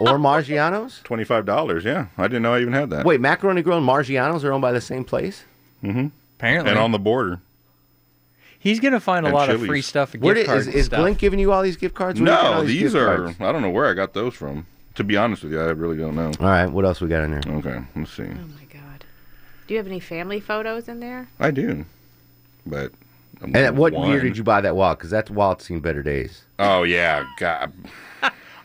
[SPEAKER 9] there.
[SPEAKER 2] Or Margianos?
[SPEAKER 9] Twenty-five dollars. Yeah, I didn't know I even had that.
[SPEAKER 2] Wait, macaroni grill and Margianos are owned by the same place?
[SPEAKER 6] Apparently,
[SPEAKER 9] and on the border.
[SPEAKER 6] he's gonna find a
[SPEAKER 9] and
[SPEAKER 6] lot of
[SPEAKER 9] Chili's.
[SPEAKER 6] free stuff. Gift
[SPEAKER 2] Where did,
[SPEAKER 6] card
[SPEAKER 2] is, is
[SPEAKER 6] stuff.
[SPEAKER 2] Blink giving you all these gift cards? Where are you getting all
[SPEAKER 9] no, these
[SPEAKER 2] gift
[SPEAKER 9] are.
[SPEAKER 2] cards?
[SPEAKER 9] I don't know where I got those from. To be honest with you, I really don't know.
[SPEAKER 2] All right. What else we got in there?
[SPEAKER 9] Okay, let's see.
[SPEAKER 8] Oh my god. Do you have any family photos in there?
[SPEAKER 9] I do, but. And
[SPEAKER 2] And at what year did you buy that wallet? Because that wallet's seen better days.
[SPEAKER 9] Oh yeah, God.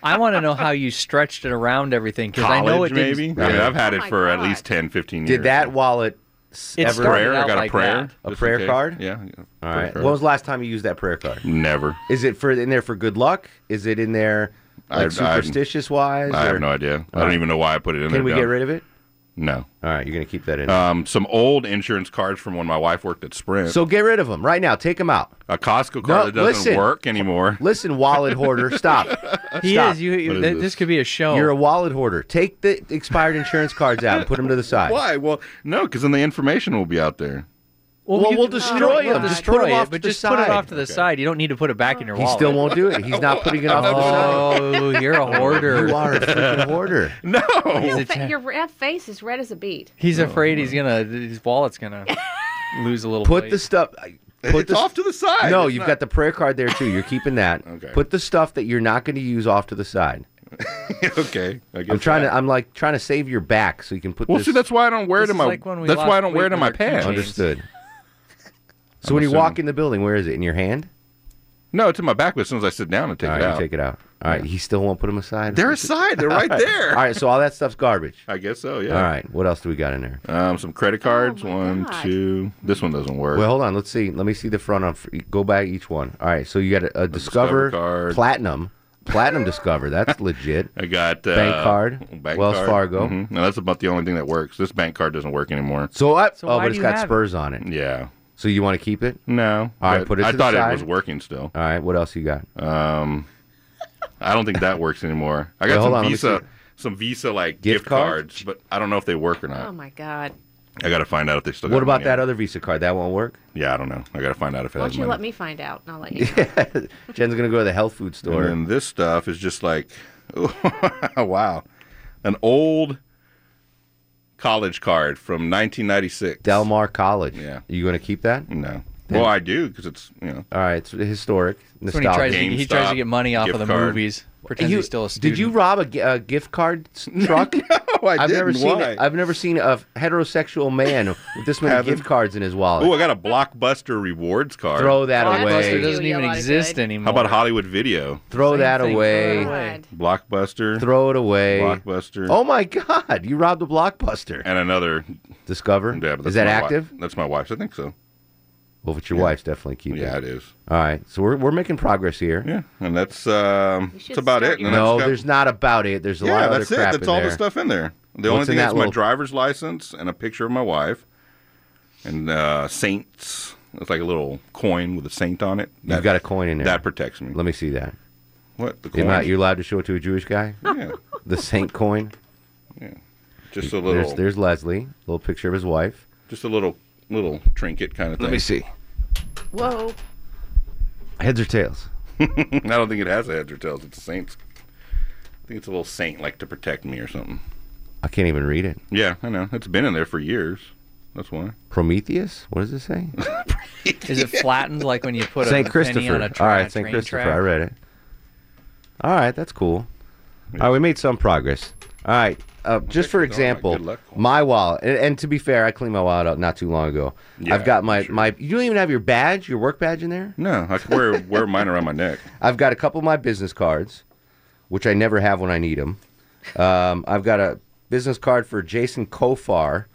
[SPEAKER 6] I want to know how you stretched it around everything because I
[SPEAKER 9] College
[SPEAKER 6] know it didn't-
[SPEAKER 9] maybe. I mean, I've had
[SPEAKER 8] Oh
[SPEAKER 9] it
[SPEAKER 8] my
[SPEAKER 9] for at
[SPEAKER 8] God.
[SPEAKER 9] least 10, 15 years.
[SPEAKER 2] Did that wallet s-
[SPEAKER 6] It
[SPEAKER 2] ever?
[SPEAKER 6] started
[SPEAKER 9] prayer? I
[SPEAKER 6] out
[SPEAKER 9] got
[SPEAKER 6] like
[SPEAKER 9] a prayer.
[SPEAKER 6] that.
[SPEAKER 2] A
[SPEAKER 9] just in
[SPEAKER 2] prayer
[SPEAKER 9] case.
[SPEAKER 2] card? Uh,
[SPEAKER 9] Yeah. yeah,
[SPEAKER 2] All
[SPEAKER 9] prayer
[SPEAKER 2] right.
[SPEAKER 9] card.
[SPEAKER 2] When was the last time you used that prayer card?
[SPEAKER 9] Never.
[SPEAKER 2] Is it for in there for good luck? Is it in there like
[SPEAKER 9] I- I-
[SPEAKER 2] superstitious wise?
[SPEAKER 9] I
[SPEAKER 2] or
[SPEAKER 9] have no idea. I
[SPEAKER 2] right.
[SPEAKER 9] don't even know why I put it in there.
[SPEAKER 2] Can we
[SPEAKER 9] Don't-
[SPEAKER 2] get rid of it? Uh,
[SPEAKER 9] No.
[SPEAKER 2] All right, you're gonna keep that in.
[SPEAKER 9] Um, some old insurance cards from when my wife worked at Sprint.
[SPEAKER 2] so get rid of them right now. Take them out.
[SPEAKER 9] a Costco card
[SPEAKER 2] No,
[SPEAKER 9] that doesn't
[SPEAKER 2] listen.
[SPEAKER 9] work anymore.
[SPEAKER 2] Listen, wallet hoarder,
[SPEAKER 9] [laughs]
[SPEAKER 2] stop.
[SPEAKER 6] He
[SPEAKER 2] Stop.
[SPEAKER 6] is. You, you-
[SPEAKER 9] What is
[SPEAKER 6] th-
[SPEAKER 9] this?
[SPEAKER 6] this? could be a show.
[SPEAKER 2] You're a wallet hoarder. Take the expired insurance cards out and put them to the side.
[SPEAKER 9] Why? Well, no, because then the information will be out there.
[SPEAKER 2] Well,
[SPEAKER 6] you
[SPEAKER 2] we'll
[SPEAKER 6] can-
[SPEAKER 2] destroy
[SPEAKER 6] we'll
[SPEAKER 8] them. Just
[SPEAKER 2] put
[SPEAKER 6] destroy
[SPEAKER 2] 'em
[SPEAKER 6] it,
[SPEAKER 2] off to
[SPEAKER 6] but
[SPEAKER 2] the
[SPEAKER 6] just put it
[SPEAKER 2] side.
[SPEAKER 6] off to the side. You don't need to put it back in your
[SPEAKER 2] He
[SPEAKER 6] wallet.
[SPEAKER 2] still won't do it. He's not putting it off to the side.
[SPEAKER 6] Oh, you're a hoarder.
[SPEAKER 2] You are a freaking hoarder.
[SPEAKER 6] [laughs]
[SPEAKER 9] No.
[SPEAKER 2] Oh.
[SPEAKER 6] He's,
[SPEAKER 8] Fa-
[SPEAKER 6] a-
[SPEAKER 8] your red face is red as a beet.
[SPEAKER 6] he's afraid he's gonna his wallet's [laughs] gonna lose a little.
[SPEAKER 2] Put
[SPEAKER 6] weight.
[SPEAKER 2] the stuff. Put
[SPEAKER 9] it's
[SPEAKER 2] the
[SPEAKER 9] off to the side.
[SPEAKER 2] No,
[SPEAKER 9] It's
[SPEAKER 2] you've
[SPEAKER 9] not-
[SPEAKER 2] got the prayer card there too. You're keeping that.
[SPEAKER 9] [laughs] Okay.
[SPEAKER 2] Put the stuff that you're not going to use off to the side.
[SPEAKER 9] okay. I guess
[SPEAKER 2] I'm trying
[SPEAKER 9] that.
[SPEAKER 2] to. I'm like trying to save your back so you can put.
[SPEAKER 9] Well,
[SPEAKER 2] this,
[SPEAKER 9] see, that's why I don't wear it
[SPEAKER 6] This
[SPEAKER 9] in
[SPEAKER 6] is
[SPEAKER 9] my.
[SPEAKER 6] like when we
[SPEAKER 9] that's
[SPEAKER 6] lost
[SPEAKER 9] why I don't wear
[SPEAKER 6] weight
[SPEAKER 9] it in
[SPEAKER 6] with
[SPEAKER 9] my
[SPEAKER 6] our
[SPEAKER 9] pants.
[SPEAKER 6] keychain.
[SPEAKER 2] understood. so when you
[SPEAKER 9] assuming.
[SPEAKER 2] walk in the building, where is it? In your hand?
[SPEAKER 9] No, it's in my back. But as soon as I sit down, I take
[SPEAKER 2] All
[SPEAKER 9] it
[SPEAKER 2] right,
[SPEAKER 9] out.
[SPEAKER 2] you take it out. All right, he still won't put them aside.
[SPEAKER 9] They're aside.
[SPEAKER 2] [laughs]
[SPEAKER 9] They're right
[SPEAKER 2] All
[SPEAKER 9] there.
[SPEAKER 2] right, so all that stuff's garbage.
[SPEAKER 9] I guess so. [laughs] Yeah.
[SPEAKER 2] All right, what else do we got in there?
[SPEAKER 9] Um, some credit cards.
[SPEAKER 8] Oh, my
[SPEAKER 9] One,
[SPEAKER 8] God.
[SPEAKER 9] two. This one doesn't work.
[SPEAKER 2] Well, hold on. Let's see. Let me see the front on. Go by each one. All right, so you got a, a Discover,
[SPEAKER 9] card.
[SPEAKER 2] Platinum, Platinum Discover.
[SPEAKER 9] [laughs]
[SPEAKER 2] That's legit.
[SPEAKER 9] I got uh,
[SPEAKER 2] Bank card,
[SPEAKER 9] bank
[SPEAKER 2] Wells
[SPEAKER 9] card.
[SPEAKER 2] Fargo.
[SPEAKER 9] Mhm. No, that's about the only thing that works. This bank card doesn't work anymore.
[SPEAKER 2] So, I,
[SPEAKER 6] So
[SPEAKER 2] oh,
[SPEAKER 6] why
[SPEAKER 2] but
[SPEAKER 6] do
[SPEAKER 2] it's
[SPEAKER 6] you
[SPEAKER 2] got
[SPEAKER 6] have it?
[SPEAKER 2] Spurs on it.
[SPEAKER 9] Yeah.
[SPEAKER 2] So you want to keep it?
[SPEAKER 9] No.
[SPEAKER 2] All right,
[SPEAKER 9] but
[SPEAKER 2] put it
[SPEAKER 9] I
[SPEAKER 2] to the
[SPEAKER 9] thought
[SPEAKER 2] side.
[SPEAKER 9] it was working still.
[SPEAKER 2] All right, what else you got?
[SPEAKER 9] Um, I don't think that works anymore. I got
[SPEAKER 2] Well, hold
[SPEAKER 9] some
[SPEAKER 2] on, let me
[SPEAKER 9] Visa.
[SPEAKER 2] see.
[SPEAKER 9] some Visa like gift,
[SPEAKER 2] Gift
[SPEAKER 9] cards,
[SPEAKER 2] cards?
[SPEAKER 9] but I don't know if they work or
[SPEAKER 8] Oh
[SPEAKER 9] not.
[SPEAKER 8] my God.
[SPEAKER 9] I got to find out if they still.
[SPEAKER 2] What
[SPEAKER 9] got
[SPEAKER 2] about
[SPEAKER 9] money
[SPEAKER 2] that
[SPEAKER 9] in it.
[SPEAKER 2] other Visa card? That won't work.
[SPEAKER 9] Yeah, I don't know. I got to find out if it
[SPEAKER 8] Why
[SPEAKER 9] has
[SPEAKER 8] don't you
[SPEAKER 9] money.
[SPEAKER 8] let me find out and I'll
[SPEAKER 2] [laughs]
[SPEAKER 8] let you know.
[SPEAKER 2] Jen's gonna go to the health food store.
[SPEAKER 9] And then this stuff is just like, [laughs] wow, an old college card from 1996.
[SPEAKER 2] Delmar College.
[SPEAKER 9] Yeah. Mm.
[SPEAKER 2] You gonna keep that?
[SPEAKER 9] No. Well, I do because it's you know. [laughs]
[SPEAKER 2] All right, it's historic.
[SPEAKER 6] That's when he tries, to,
[SPEAKER 2] Nostalgia.
[SPEAKER 6] he tries to get money off
[SPEAKER 9] GameStop,
[SPEAKER 6] of the
[SPEAKER 9] gift card.
[SPEAKER 6] movies. Pretends
[SPEAKER 2] You-
[SPEAKER 6] he's still a student.
[SPEAKER 2] did you rob a, gi- a gift card
[SPEAKER 9] [laughs]
[SPEAKER 2] s- truck?
[SPEAKER 9] Oh, I
[SPEAKER 2] I've never
[SPEAKER 9] didn't.
[SPEAKER 2] seen.
[SPEAKER 9] Why?
[SPEAKER 2] I've never seen a heterosexual man with this many
[SPEAKER 9] Having-
[SPEAKER 2] gift cards in his wallet.
[SPEAKER 9] Oh, I got a Blockbuster rewards card.
[SPEAKER 2] Throw that
[SPEAKER 8] Blockbuster
[SPEAKER 6] Blockbuster
[SPEAKER 2] away.
[SPEAKER 8] does-
[SPEAKER 6] doesn't
[SPEAKER 8] You
[SPEAKER 6] even
[SPEAKER 8] a lot of
[SPEAKER 6] exist
[SPEAKER 8] good.
[SPEAKER 9] How
[SPEAKER 6] anymore.
[SPEAKER 9] about Hollywood Video?
[SPEAKER 2] Throw
[SPEAKER 6] Same
[SPEAKER 2] that
[SPEAKER 6] thing,
[SPEAKER 2] away.
[SPEAKER 6] throw it
[SPEAKER 8] God.
[SPEAKER 9] Blockbuster.
[SPEAKER 2] Throw it away.
[SPEAKER 9] Blockbuster.
[SPEAKER 2] Oh my God! You robbed a blockbuster.
[SPEAKER 9] And another.
[SPEAKER 2] Discover.
[SPEAKER 9] Yeah, but
[SPEAKER 2] is
[SPEAKER 9] that's
[SPEAKER 2] that
[SPEAKER 9] my
[SPEAKER 2] active?
[SPEAKER 9] Wife. That's my wife's. I think so.
[SPEAKER 2] Well, if it's your wife's, definitely keep
[SPEAKER 9] Yeah,
[SPEAKER 2] it.
[SPEAKER 9] it is.
[SPEAKER 2] All right, so we're, we're making progress here.
[SPEAKER 9] Yeah, and that's um,
[SPEAKER 8] You should
[SPEAKER 9] that's about
[SPEAKER 8] start
[SPEAKER 9] it.
[SPEAKER 8] your-
[SPEAKER 9] And
[SPEAKER 2] No,
[SPEAKER 9] that's got-
[SPEAKER 2] there's not about it. There's a lot
[SPEAKER 9] yeah,
[SPEAKER 2] of other
[SPEAKER 9] that's it.
[SPEAKER 2] crap
[SPEAKER 9] That's
[SPEAKER 2] in
[SPEAKER 9] all
[SPEAKER 2] there.
[SPEAKER 9] the stuff in there. The
[SPEAKER 2] What's
[SPEAKER 9] only
[SPEAKER 2] in
[SPEAKER 9] thing
[SPEAKER 2] that
[SPEAKER 9] is my
[SPEAKER 2] little-
[SPEAKER 9] driver's license and a picture of my wife and uh, saints. It's like a little coin with a saint on it.
[SPEAKER 2] You've got a coin in there.
[SPEAKER 9] That protects me.
[SPEAKER 2] Let me see that.
[SPEAKER 9] what the
[SPEAKER 2] The
[SPEAKER 9] coin?
[SPEAKER 2] amount you're allowed to show it to a Jewish guy.
[SPEAKER 9] yeah, [laughs]
[SPEAKER 2] The saint coin.
[SPEAKER 9] just a little,
[SPEAKER 2] There's, there's Leslie. Little picture of his wife.
[SPEAKER 9] just a little, little trinket kind of thing.
[SPEAKER 2] see.
[SPEAKER 8] Whoa.
[SPEAKER 2] Heads or tails?
[SPEAKER 9] [laughs] I don't think it has a heads or tails. It's a saint. I think it's a little saint, like to protect me or something.
[SPEAKER 2] I can't even read it.
[SPEAKER 9] Yeah, I know. It's been in there for years. That's why.
[SPEAKER 2] Prometheus? What does it say?
[SPEAKER 6] Is it flattened like when you
[SPEAKER 2] [laughs]
[SPEAKER 6] put
[SPEAKER 2] Saint
[SPEAKER 6] a penny
[SPEAKER 2] Christopher.
[SPEAKER 6] on a tra-
[SPEAKER 2] All right, Saint
[SPEAKER 6] train
[SPEAKER 2] Christopher.
[SPEAKER 6] track?
[SPEAKER 2] I read it. All right, that's cool. All right, we made some progress. All right, uh, just for
[SPEAKER 9] good luck.
[SPEAKER 2] example,
[SPEAKER 9] Good luck.
[SPEAKER 2] my wallet, and, and to be fair, I cleaned my wallet out not too long ago.
[SPEAKER 9] Yeah,
[SPEAKER 2] I've got my
[SPEAKER 9] sure.
[SPEAKER 2] my. You don't even have your badge, your work badge in there.
[SPEAKER 9] No, I can wear wear mine around
[SPEAKER 2] [laughs]
[SPEAKER 9] my neck.
[SPEAKER 2] I've got a couple of my business cards, which I never have when I need them. Um, I've got a business card for Jason Kofar,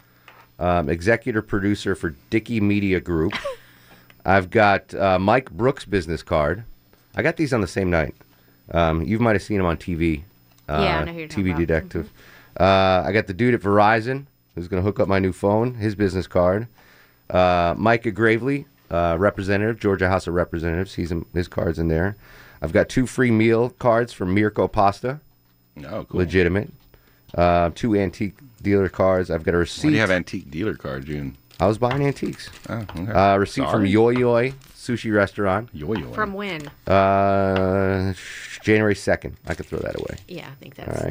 [SPEAKER 2] um, executive producer for Dickey Media
[SPEAKER 8] [laughs]
[SPEAKER 2] Group. I've got uh, Mike Brooks' business card. I got these on the same night. Um, you might have seen him on TV. Uh,
[SPEAKER 8] Yeah, I know who you're talking
[SPEAKER 2] TV
[SPEAKER 8] about. Mm-hmm.
[SPEAKER 2] Detective. Uh, I got the dude at Verizon who's going to hook up my new phone, his business card. Uh, Micah Gravely, uh, representative, Georgia House of Representatives. He's in, his card's in there. I've got two free meal cards from Mirko Pasta,
[SPEAKER 9] No, Oh, cool.
[SPEAKER 2] legitimate. Uh, two antique dealer cards. I've got a receipt.
[SPEAKER 9] Why do you have antique dealer cards, June?
[SPEAKER 2] I was buying antiques.
[SPEAKER 9] Oh, okay.
[SPEAKER 2] Uh, receipt from
[SPEAKER 9] Sorry.
[SPEAKER 2] Yo Yoi Sushi Restaurant,
[SPEAKER 9] Yo yo.
[SPEAKER 8] From when?
[SPEAKER 2] uh, sh- January 2nd. I could throw that away.
[SPEAKER 8] Yeah, I think
[SPEAKER 2] All
[SPEAKER 8] that's.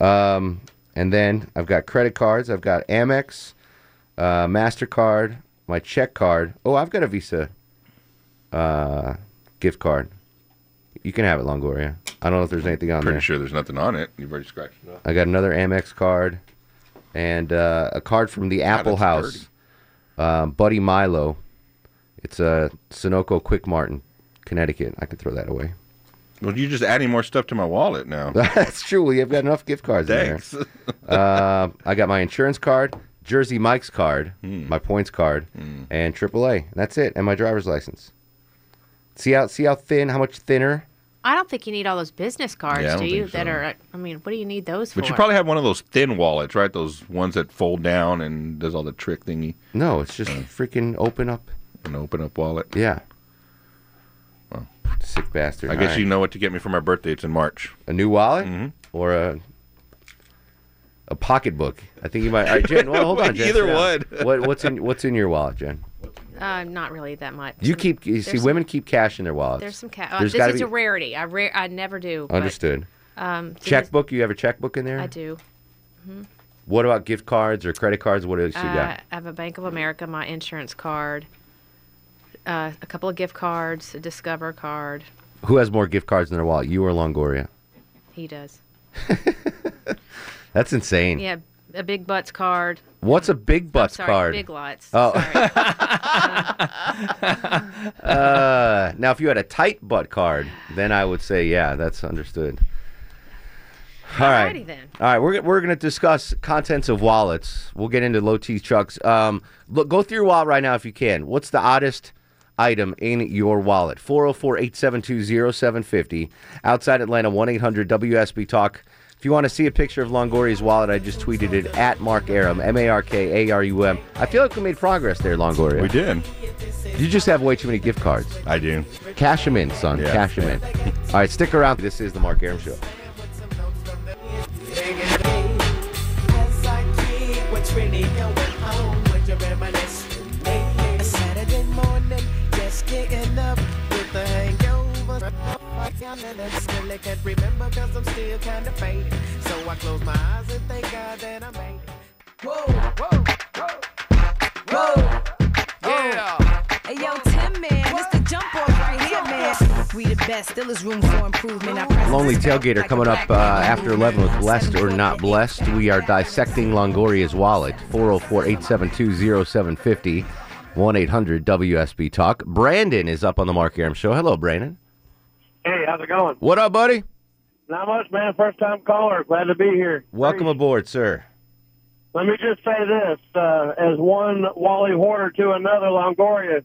[SPEAKER 2] right. Um, and then I've got credit cards. I've got Amex, uh, Mastercard, my check card. Oh, I've got a Visa uh, gift card. You can have it, Longoria. I don't know if there's anything on
[SPEAKER 9] Pretty
[SPEAKER 2] there.
[SPEAKER 9] sure there's nothing on it. You've already scratched it off.
[SPEAKER 2] I got another Amex card and uh, a card from the Apple
[SPEAKER 9] that's
[SPEAKER 2] House. Um, Buddy Milo. It's a Sunoco Quick Martin, Connecticut. I can throw that away. [laughs]
[SPEAKER 9] Well, you're just adding more stuff to my wallet now.
[SPEAKER 2] That's true. we have got enough gift cards in there.
[SPEAKER 9] Thanks.
[SPEAKER 2] Uh, I got my insurance card, Jersey Mike's card,
[SPEAKER 9] Hmm.
[SPEAKER 2] my points card, and AAA. That's it, and my driver's license. See how see how thin, how much thinner?
[SPEAKER 8] I don't think you need all those business cards,
[SPEAKER 9] Yeah, I don't
[SPEAKER 8] do you?
[SPEAKER 9] think
[SPEAKER 8] That
[SPEAKER 9] so.
[SPEAKER 8] are. uh, I mean, what do you need those
[SPEAKER 9] But
[SPEAKER 8] for?
[SPEAKER 9] you probably have one of those thin wallets, right? Those ones that fold down and does all the trick thingy
[SPEAKER 2] No, it's
[SPEAKER 9] Hmm.
[SPEAKER 2] just freaking open up.
[SPEAKER 9] and open up wallet.
[SPEAKER 2] Yeah. Sick bastard.
[SPEAKER 9] I guess
[SPEAKER 2] All
[SPEAKER 9] you
[SPEAKER 2] right.
[SPEAKER 9] know what to get me for my birthday. It's in March.
[SPEAKER 2] a new wallet or a a pocketbook. I think you might. All right, Jen. Well, hold on, Jen.
[SPEAKER 9] Either
[SPEAKER 2] sit down. What, what's in What's in your wallet, Jen?
[SPEAKER 8] Uh, not really that much.
[SPEAKER 2] You keep. You see,
[SPEAKER 8] There's-
[SPEAKER 2] women keep cash in their wallets.
[SPEAKER 8] There's some cash. Uh,
[SPEAKER 2] There's
[SPEAKER 8] this
[SPEAKER 2] gotta
[SPEAKER 8] is
[SPEAKER 2] be-
[SPEAKER 8] a rarity. I rare. I never do. but,
[SPEAKER 2] Understood.
[SPEAKER 8] Um, so this-
[SPEAKER 2] Checkbook. You have a checkbook in there.
[SPEAKER 8] I do.
[SPEAKER 2] What about gift cards or credit cards? What else you
[SPEAKER 8] Uh,
[SPEAKER 2] got?
[SPEAKER 8] I have a Bank of America, my insurance card, uh, a couple of gift cards, a Discover card.
[SPEAKER 2] Who has more gift cards in their wallet? You or Longoria?
[SPEAKER 8] He does.
[SPEAKER 2] That's insane.
[SPEAKER 8] Yeah, a Big Butts card.
[SPEAKER 2] What's a big butts
[SPEAKER 8] Sorry,
[SPEAKER 2] card?
[SPEAKER 8] Big Lots.
[SPEAKER 2] Oh. [laughs]
[SPEAKER 8] Sorry.
[SPEAKER 2] Uh, now, if you had a tight butt card, then I would say, yeah, that's understood. All right.
[SPEAKER 8] Alrighty then.
[SPEAKER 2] All right, we're, we're going to discuss contents of wallets. We'll get into low T trucks. Um, look, go through your wallet right now if you can. What's the oddest item in your wallet? 404 872 0750. Outside Atlanta, 1 800 WSB Talk. If you want to see a picture of Longoria's wallet, I just tweeted it at Mark Arum, M A R K A R U M. I feel like we made progress there, Longoria.
[SPEAKER 9] We did.
[SPEAKER 2] You just have way too many gift cards.
[SPEAKER 9] I do.
[SPEAKER 2] Cash them in, son.
[SPEAKER 9] Yeah.
[SPEAKER 2] Cash them in. All right, stick around. This is the Mark Aram Show.
[SPEAKER 1] Take
[SPEAKER 10] down and I really can't remember cause I'm still kinda faded. So I close my eyes and thank God that I made it. Whoa, whoa, whoa, whoa, yeah.
[SPEAKER 11] Hey yo, Tim man, it's the jump off right here, man. We the best, still is room for improvement. I press
[SPEAKER 2] Lonely Tailgater coming up uh, after 11 with Blessed or Not Blessed. We are dissecting Longoria's wallet. 404 872 0750 1 800 WSB Talk. Brandon is up on the Mark Aram Show. Hello, Brandon.
[SPEAKER 12] Hey, how's it going?
[SPEAKER 2] What up, buddy?
[SPEAKER 12] Not much, man. First time caller. Glad to be here.
[SPEAKER 2] Welcome aboard, sir.
[SPEAKER 12] Let me just say this: uh, as one Wally hoarder to another Longoria,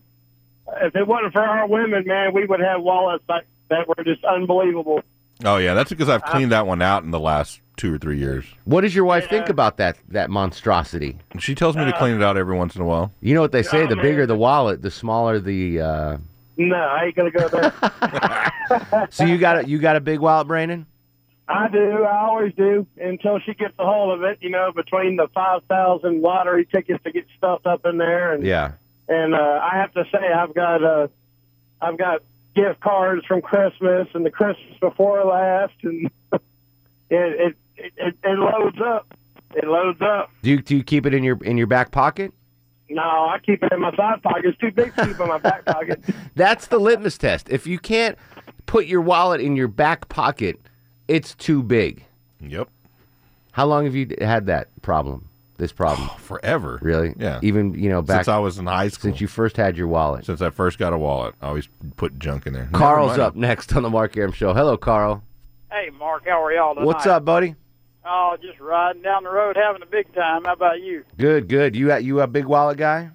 [SPEAKER 12] if it wasn't for our women, man, we would have wallets like, that were just unbelievable.
[SPEAKER 9] Oh yeah, that's because I've cleaned that one out in the last two or three years.
[SPEAKER 2] What does your wife think about that that monstrosity?
[SPEAKER 9] She tells me to clean it out every once in a while.
[SPEAKER 2] You know what they say: the bigger the wallet, the smaller the. Uh...
[SPEAKER 12] No, I ain't gonna go
[SPEAKER 11] [laughs]
[SPEAKER 12] there.
[SPEAKER 2] So you got a you got a big wallet, Brandon?
[SPEAKER 12] I do. I always do until she gets a hold of it. You know, between the five thousand lottery tickets to get stuffed up in there, and
[SPEAKER 2] Yeah.
[SPEAKER 12] and uh, I have to say I've got uh, I've got gift cards from Christmas and the Christmas before last, and [laughs] it it it, it, it loads up. It loads up.
[SPEAKER 2] Do you do you keep it in your in your back pocket?
[SPEAKER 12] No, I keep it in my side pocket. It's too big to keep in my back pocket.
[SPEAKER 2] That's the litmus test. If you can't put your wallet in your back pocket, it's too big.
[SPEAKER 9] Yep.
[SPEAKER 2] How long have you had that problem? This
[SPEAKER 9] [sighs]
[SPEAKER 2] problem
[SPEAKER 9] forever.
[SPEAKER 2] Really?
[SPEAKER 9] Yeah.
[SPEAKER 2] Even you know back
[SPEAKER 9] Since I was in high school.
[SPEAKER 2] Since you first had your wallet.
[SPEAKER 9] Since I first got a wallet, I always put junk in there. Never
[SPEAKER 2] Carl's
[SPEAKER 9] mind.
[SPEAKER 2] up next on the Mark Aram Show. Hello, Carl.
[SPEAKER 13] [laughs] Hey, Mark, how are y'all tonight?
[SPEAKER 2] What's up, buddy?
[SPEAKER 13] Oh, just riding down the road, having a big time. How about you?
[SPEAKER 2] Good, good. You a- you a big wallet guy?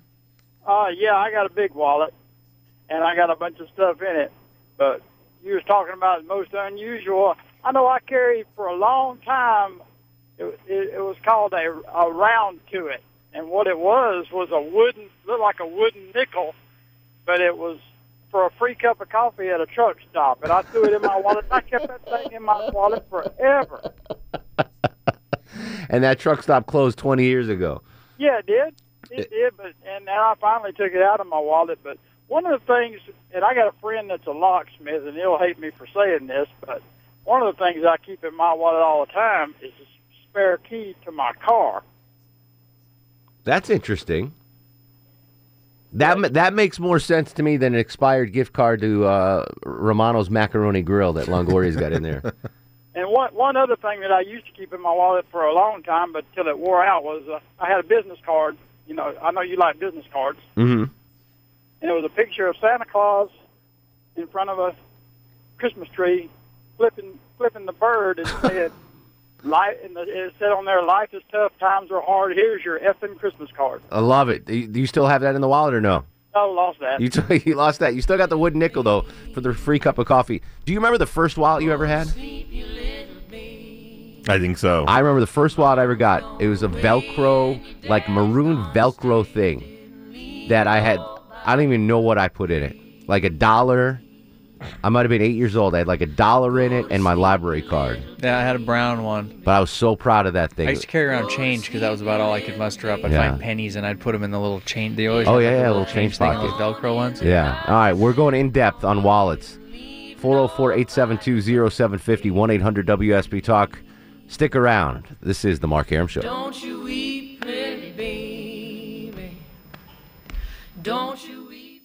[SPEAKER 13] Oh, yeah, I got a big wallet, and I got a bunch of stuff in it. But you was talking about the most unusual. I know I carried for a long time. It, it, it was called a, a round to it, and what it was was a wooden, looked like a wooden nickel, but it was for a free cup of coffee at a truck stop. And I threw it in my wallet. I kept that thing in my wallet forever.
[SPEAKER 2] And that truck stop closed 20 years ago.
[SPEAKER 13] Yeah, it did. It did, but and then I finally took it out of my wallet. But one of the things, and I got a friend that's a locksmith, and he'll hate me for saying this, but one of the things I keep in my wallet all the time is a spare key to my car.
[SPEAKER 2] That's interesting. That ma- that makes more sense to me than an expired gift card to uh, Romano's Macaroni Grill that Longoria's got in
[SPEAKER 9] [laughs]
[SPEAKER 2] there.
[SPEAKER 13] And one one other thing that I used to keep in my wallet for a long time, but till it wore out, was uh, I had a business card. You know, I know you like business cards,
[SPEAKER 2] Mm-hmm.
[SPEAKER 13] and it was a picture of Santa Claus in front of a Christmas tree, flipping flipping the bird, and said, "Life." And the, it said on there, "Life is tough, times are hard. Here's your effing Christmas card."
[SPEAKER 2] I love it. Do you, do you still have that in the wallet or no?
[SPEAKER 13] I lost that.
[SPEAKER 2] You t- [laughs] you lost that. You still got the wooden nickel though for the free cup of coffee. Do you remember the first wallet you ever had?
[SPEAKER 9] I think so.
[SPEAKER 2] I remember the first wallet I ever got. It was a Velcro, like maroon Velcro thing that I had. I don't even know what I put in it. Like a dollar. I might have been eight years old. I had like a dollar in it and my library card.
[SPEAKER 6] Yeah, I had a brown one.
[SPEAKER 2] But I was so proud of that thing.
[SPEAKER 6] I used to carry around change because that was about all I could muster up. I'd
[SPEAKER 2] Yeah.
[SPEAKER 6] find pennies and I'd put them in the little chain. They always
[SPEAKER 2] Oh,
[SPEAKER 6] had,
[SPEAKER 2] yeah,
[SPEAKER 6] like,
[SPEAKER 2] yeah,
[SPEAKER 6] the
[SPEAKER 2] little change
[SPEAKER 6] thing, and
[SPEAKER 2] pocket.
[SPEAKER 6] those Velcro ones.
[SPEAKER 2] Yeah. All right. We're going in depth on wallets. 404 872 0750 1 800 WSB Talk. Stick around. This is The Mark Aram Show.
[SPEAKER 14] Don't you weep, little baby. Don't you weep.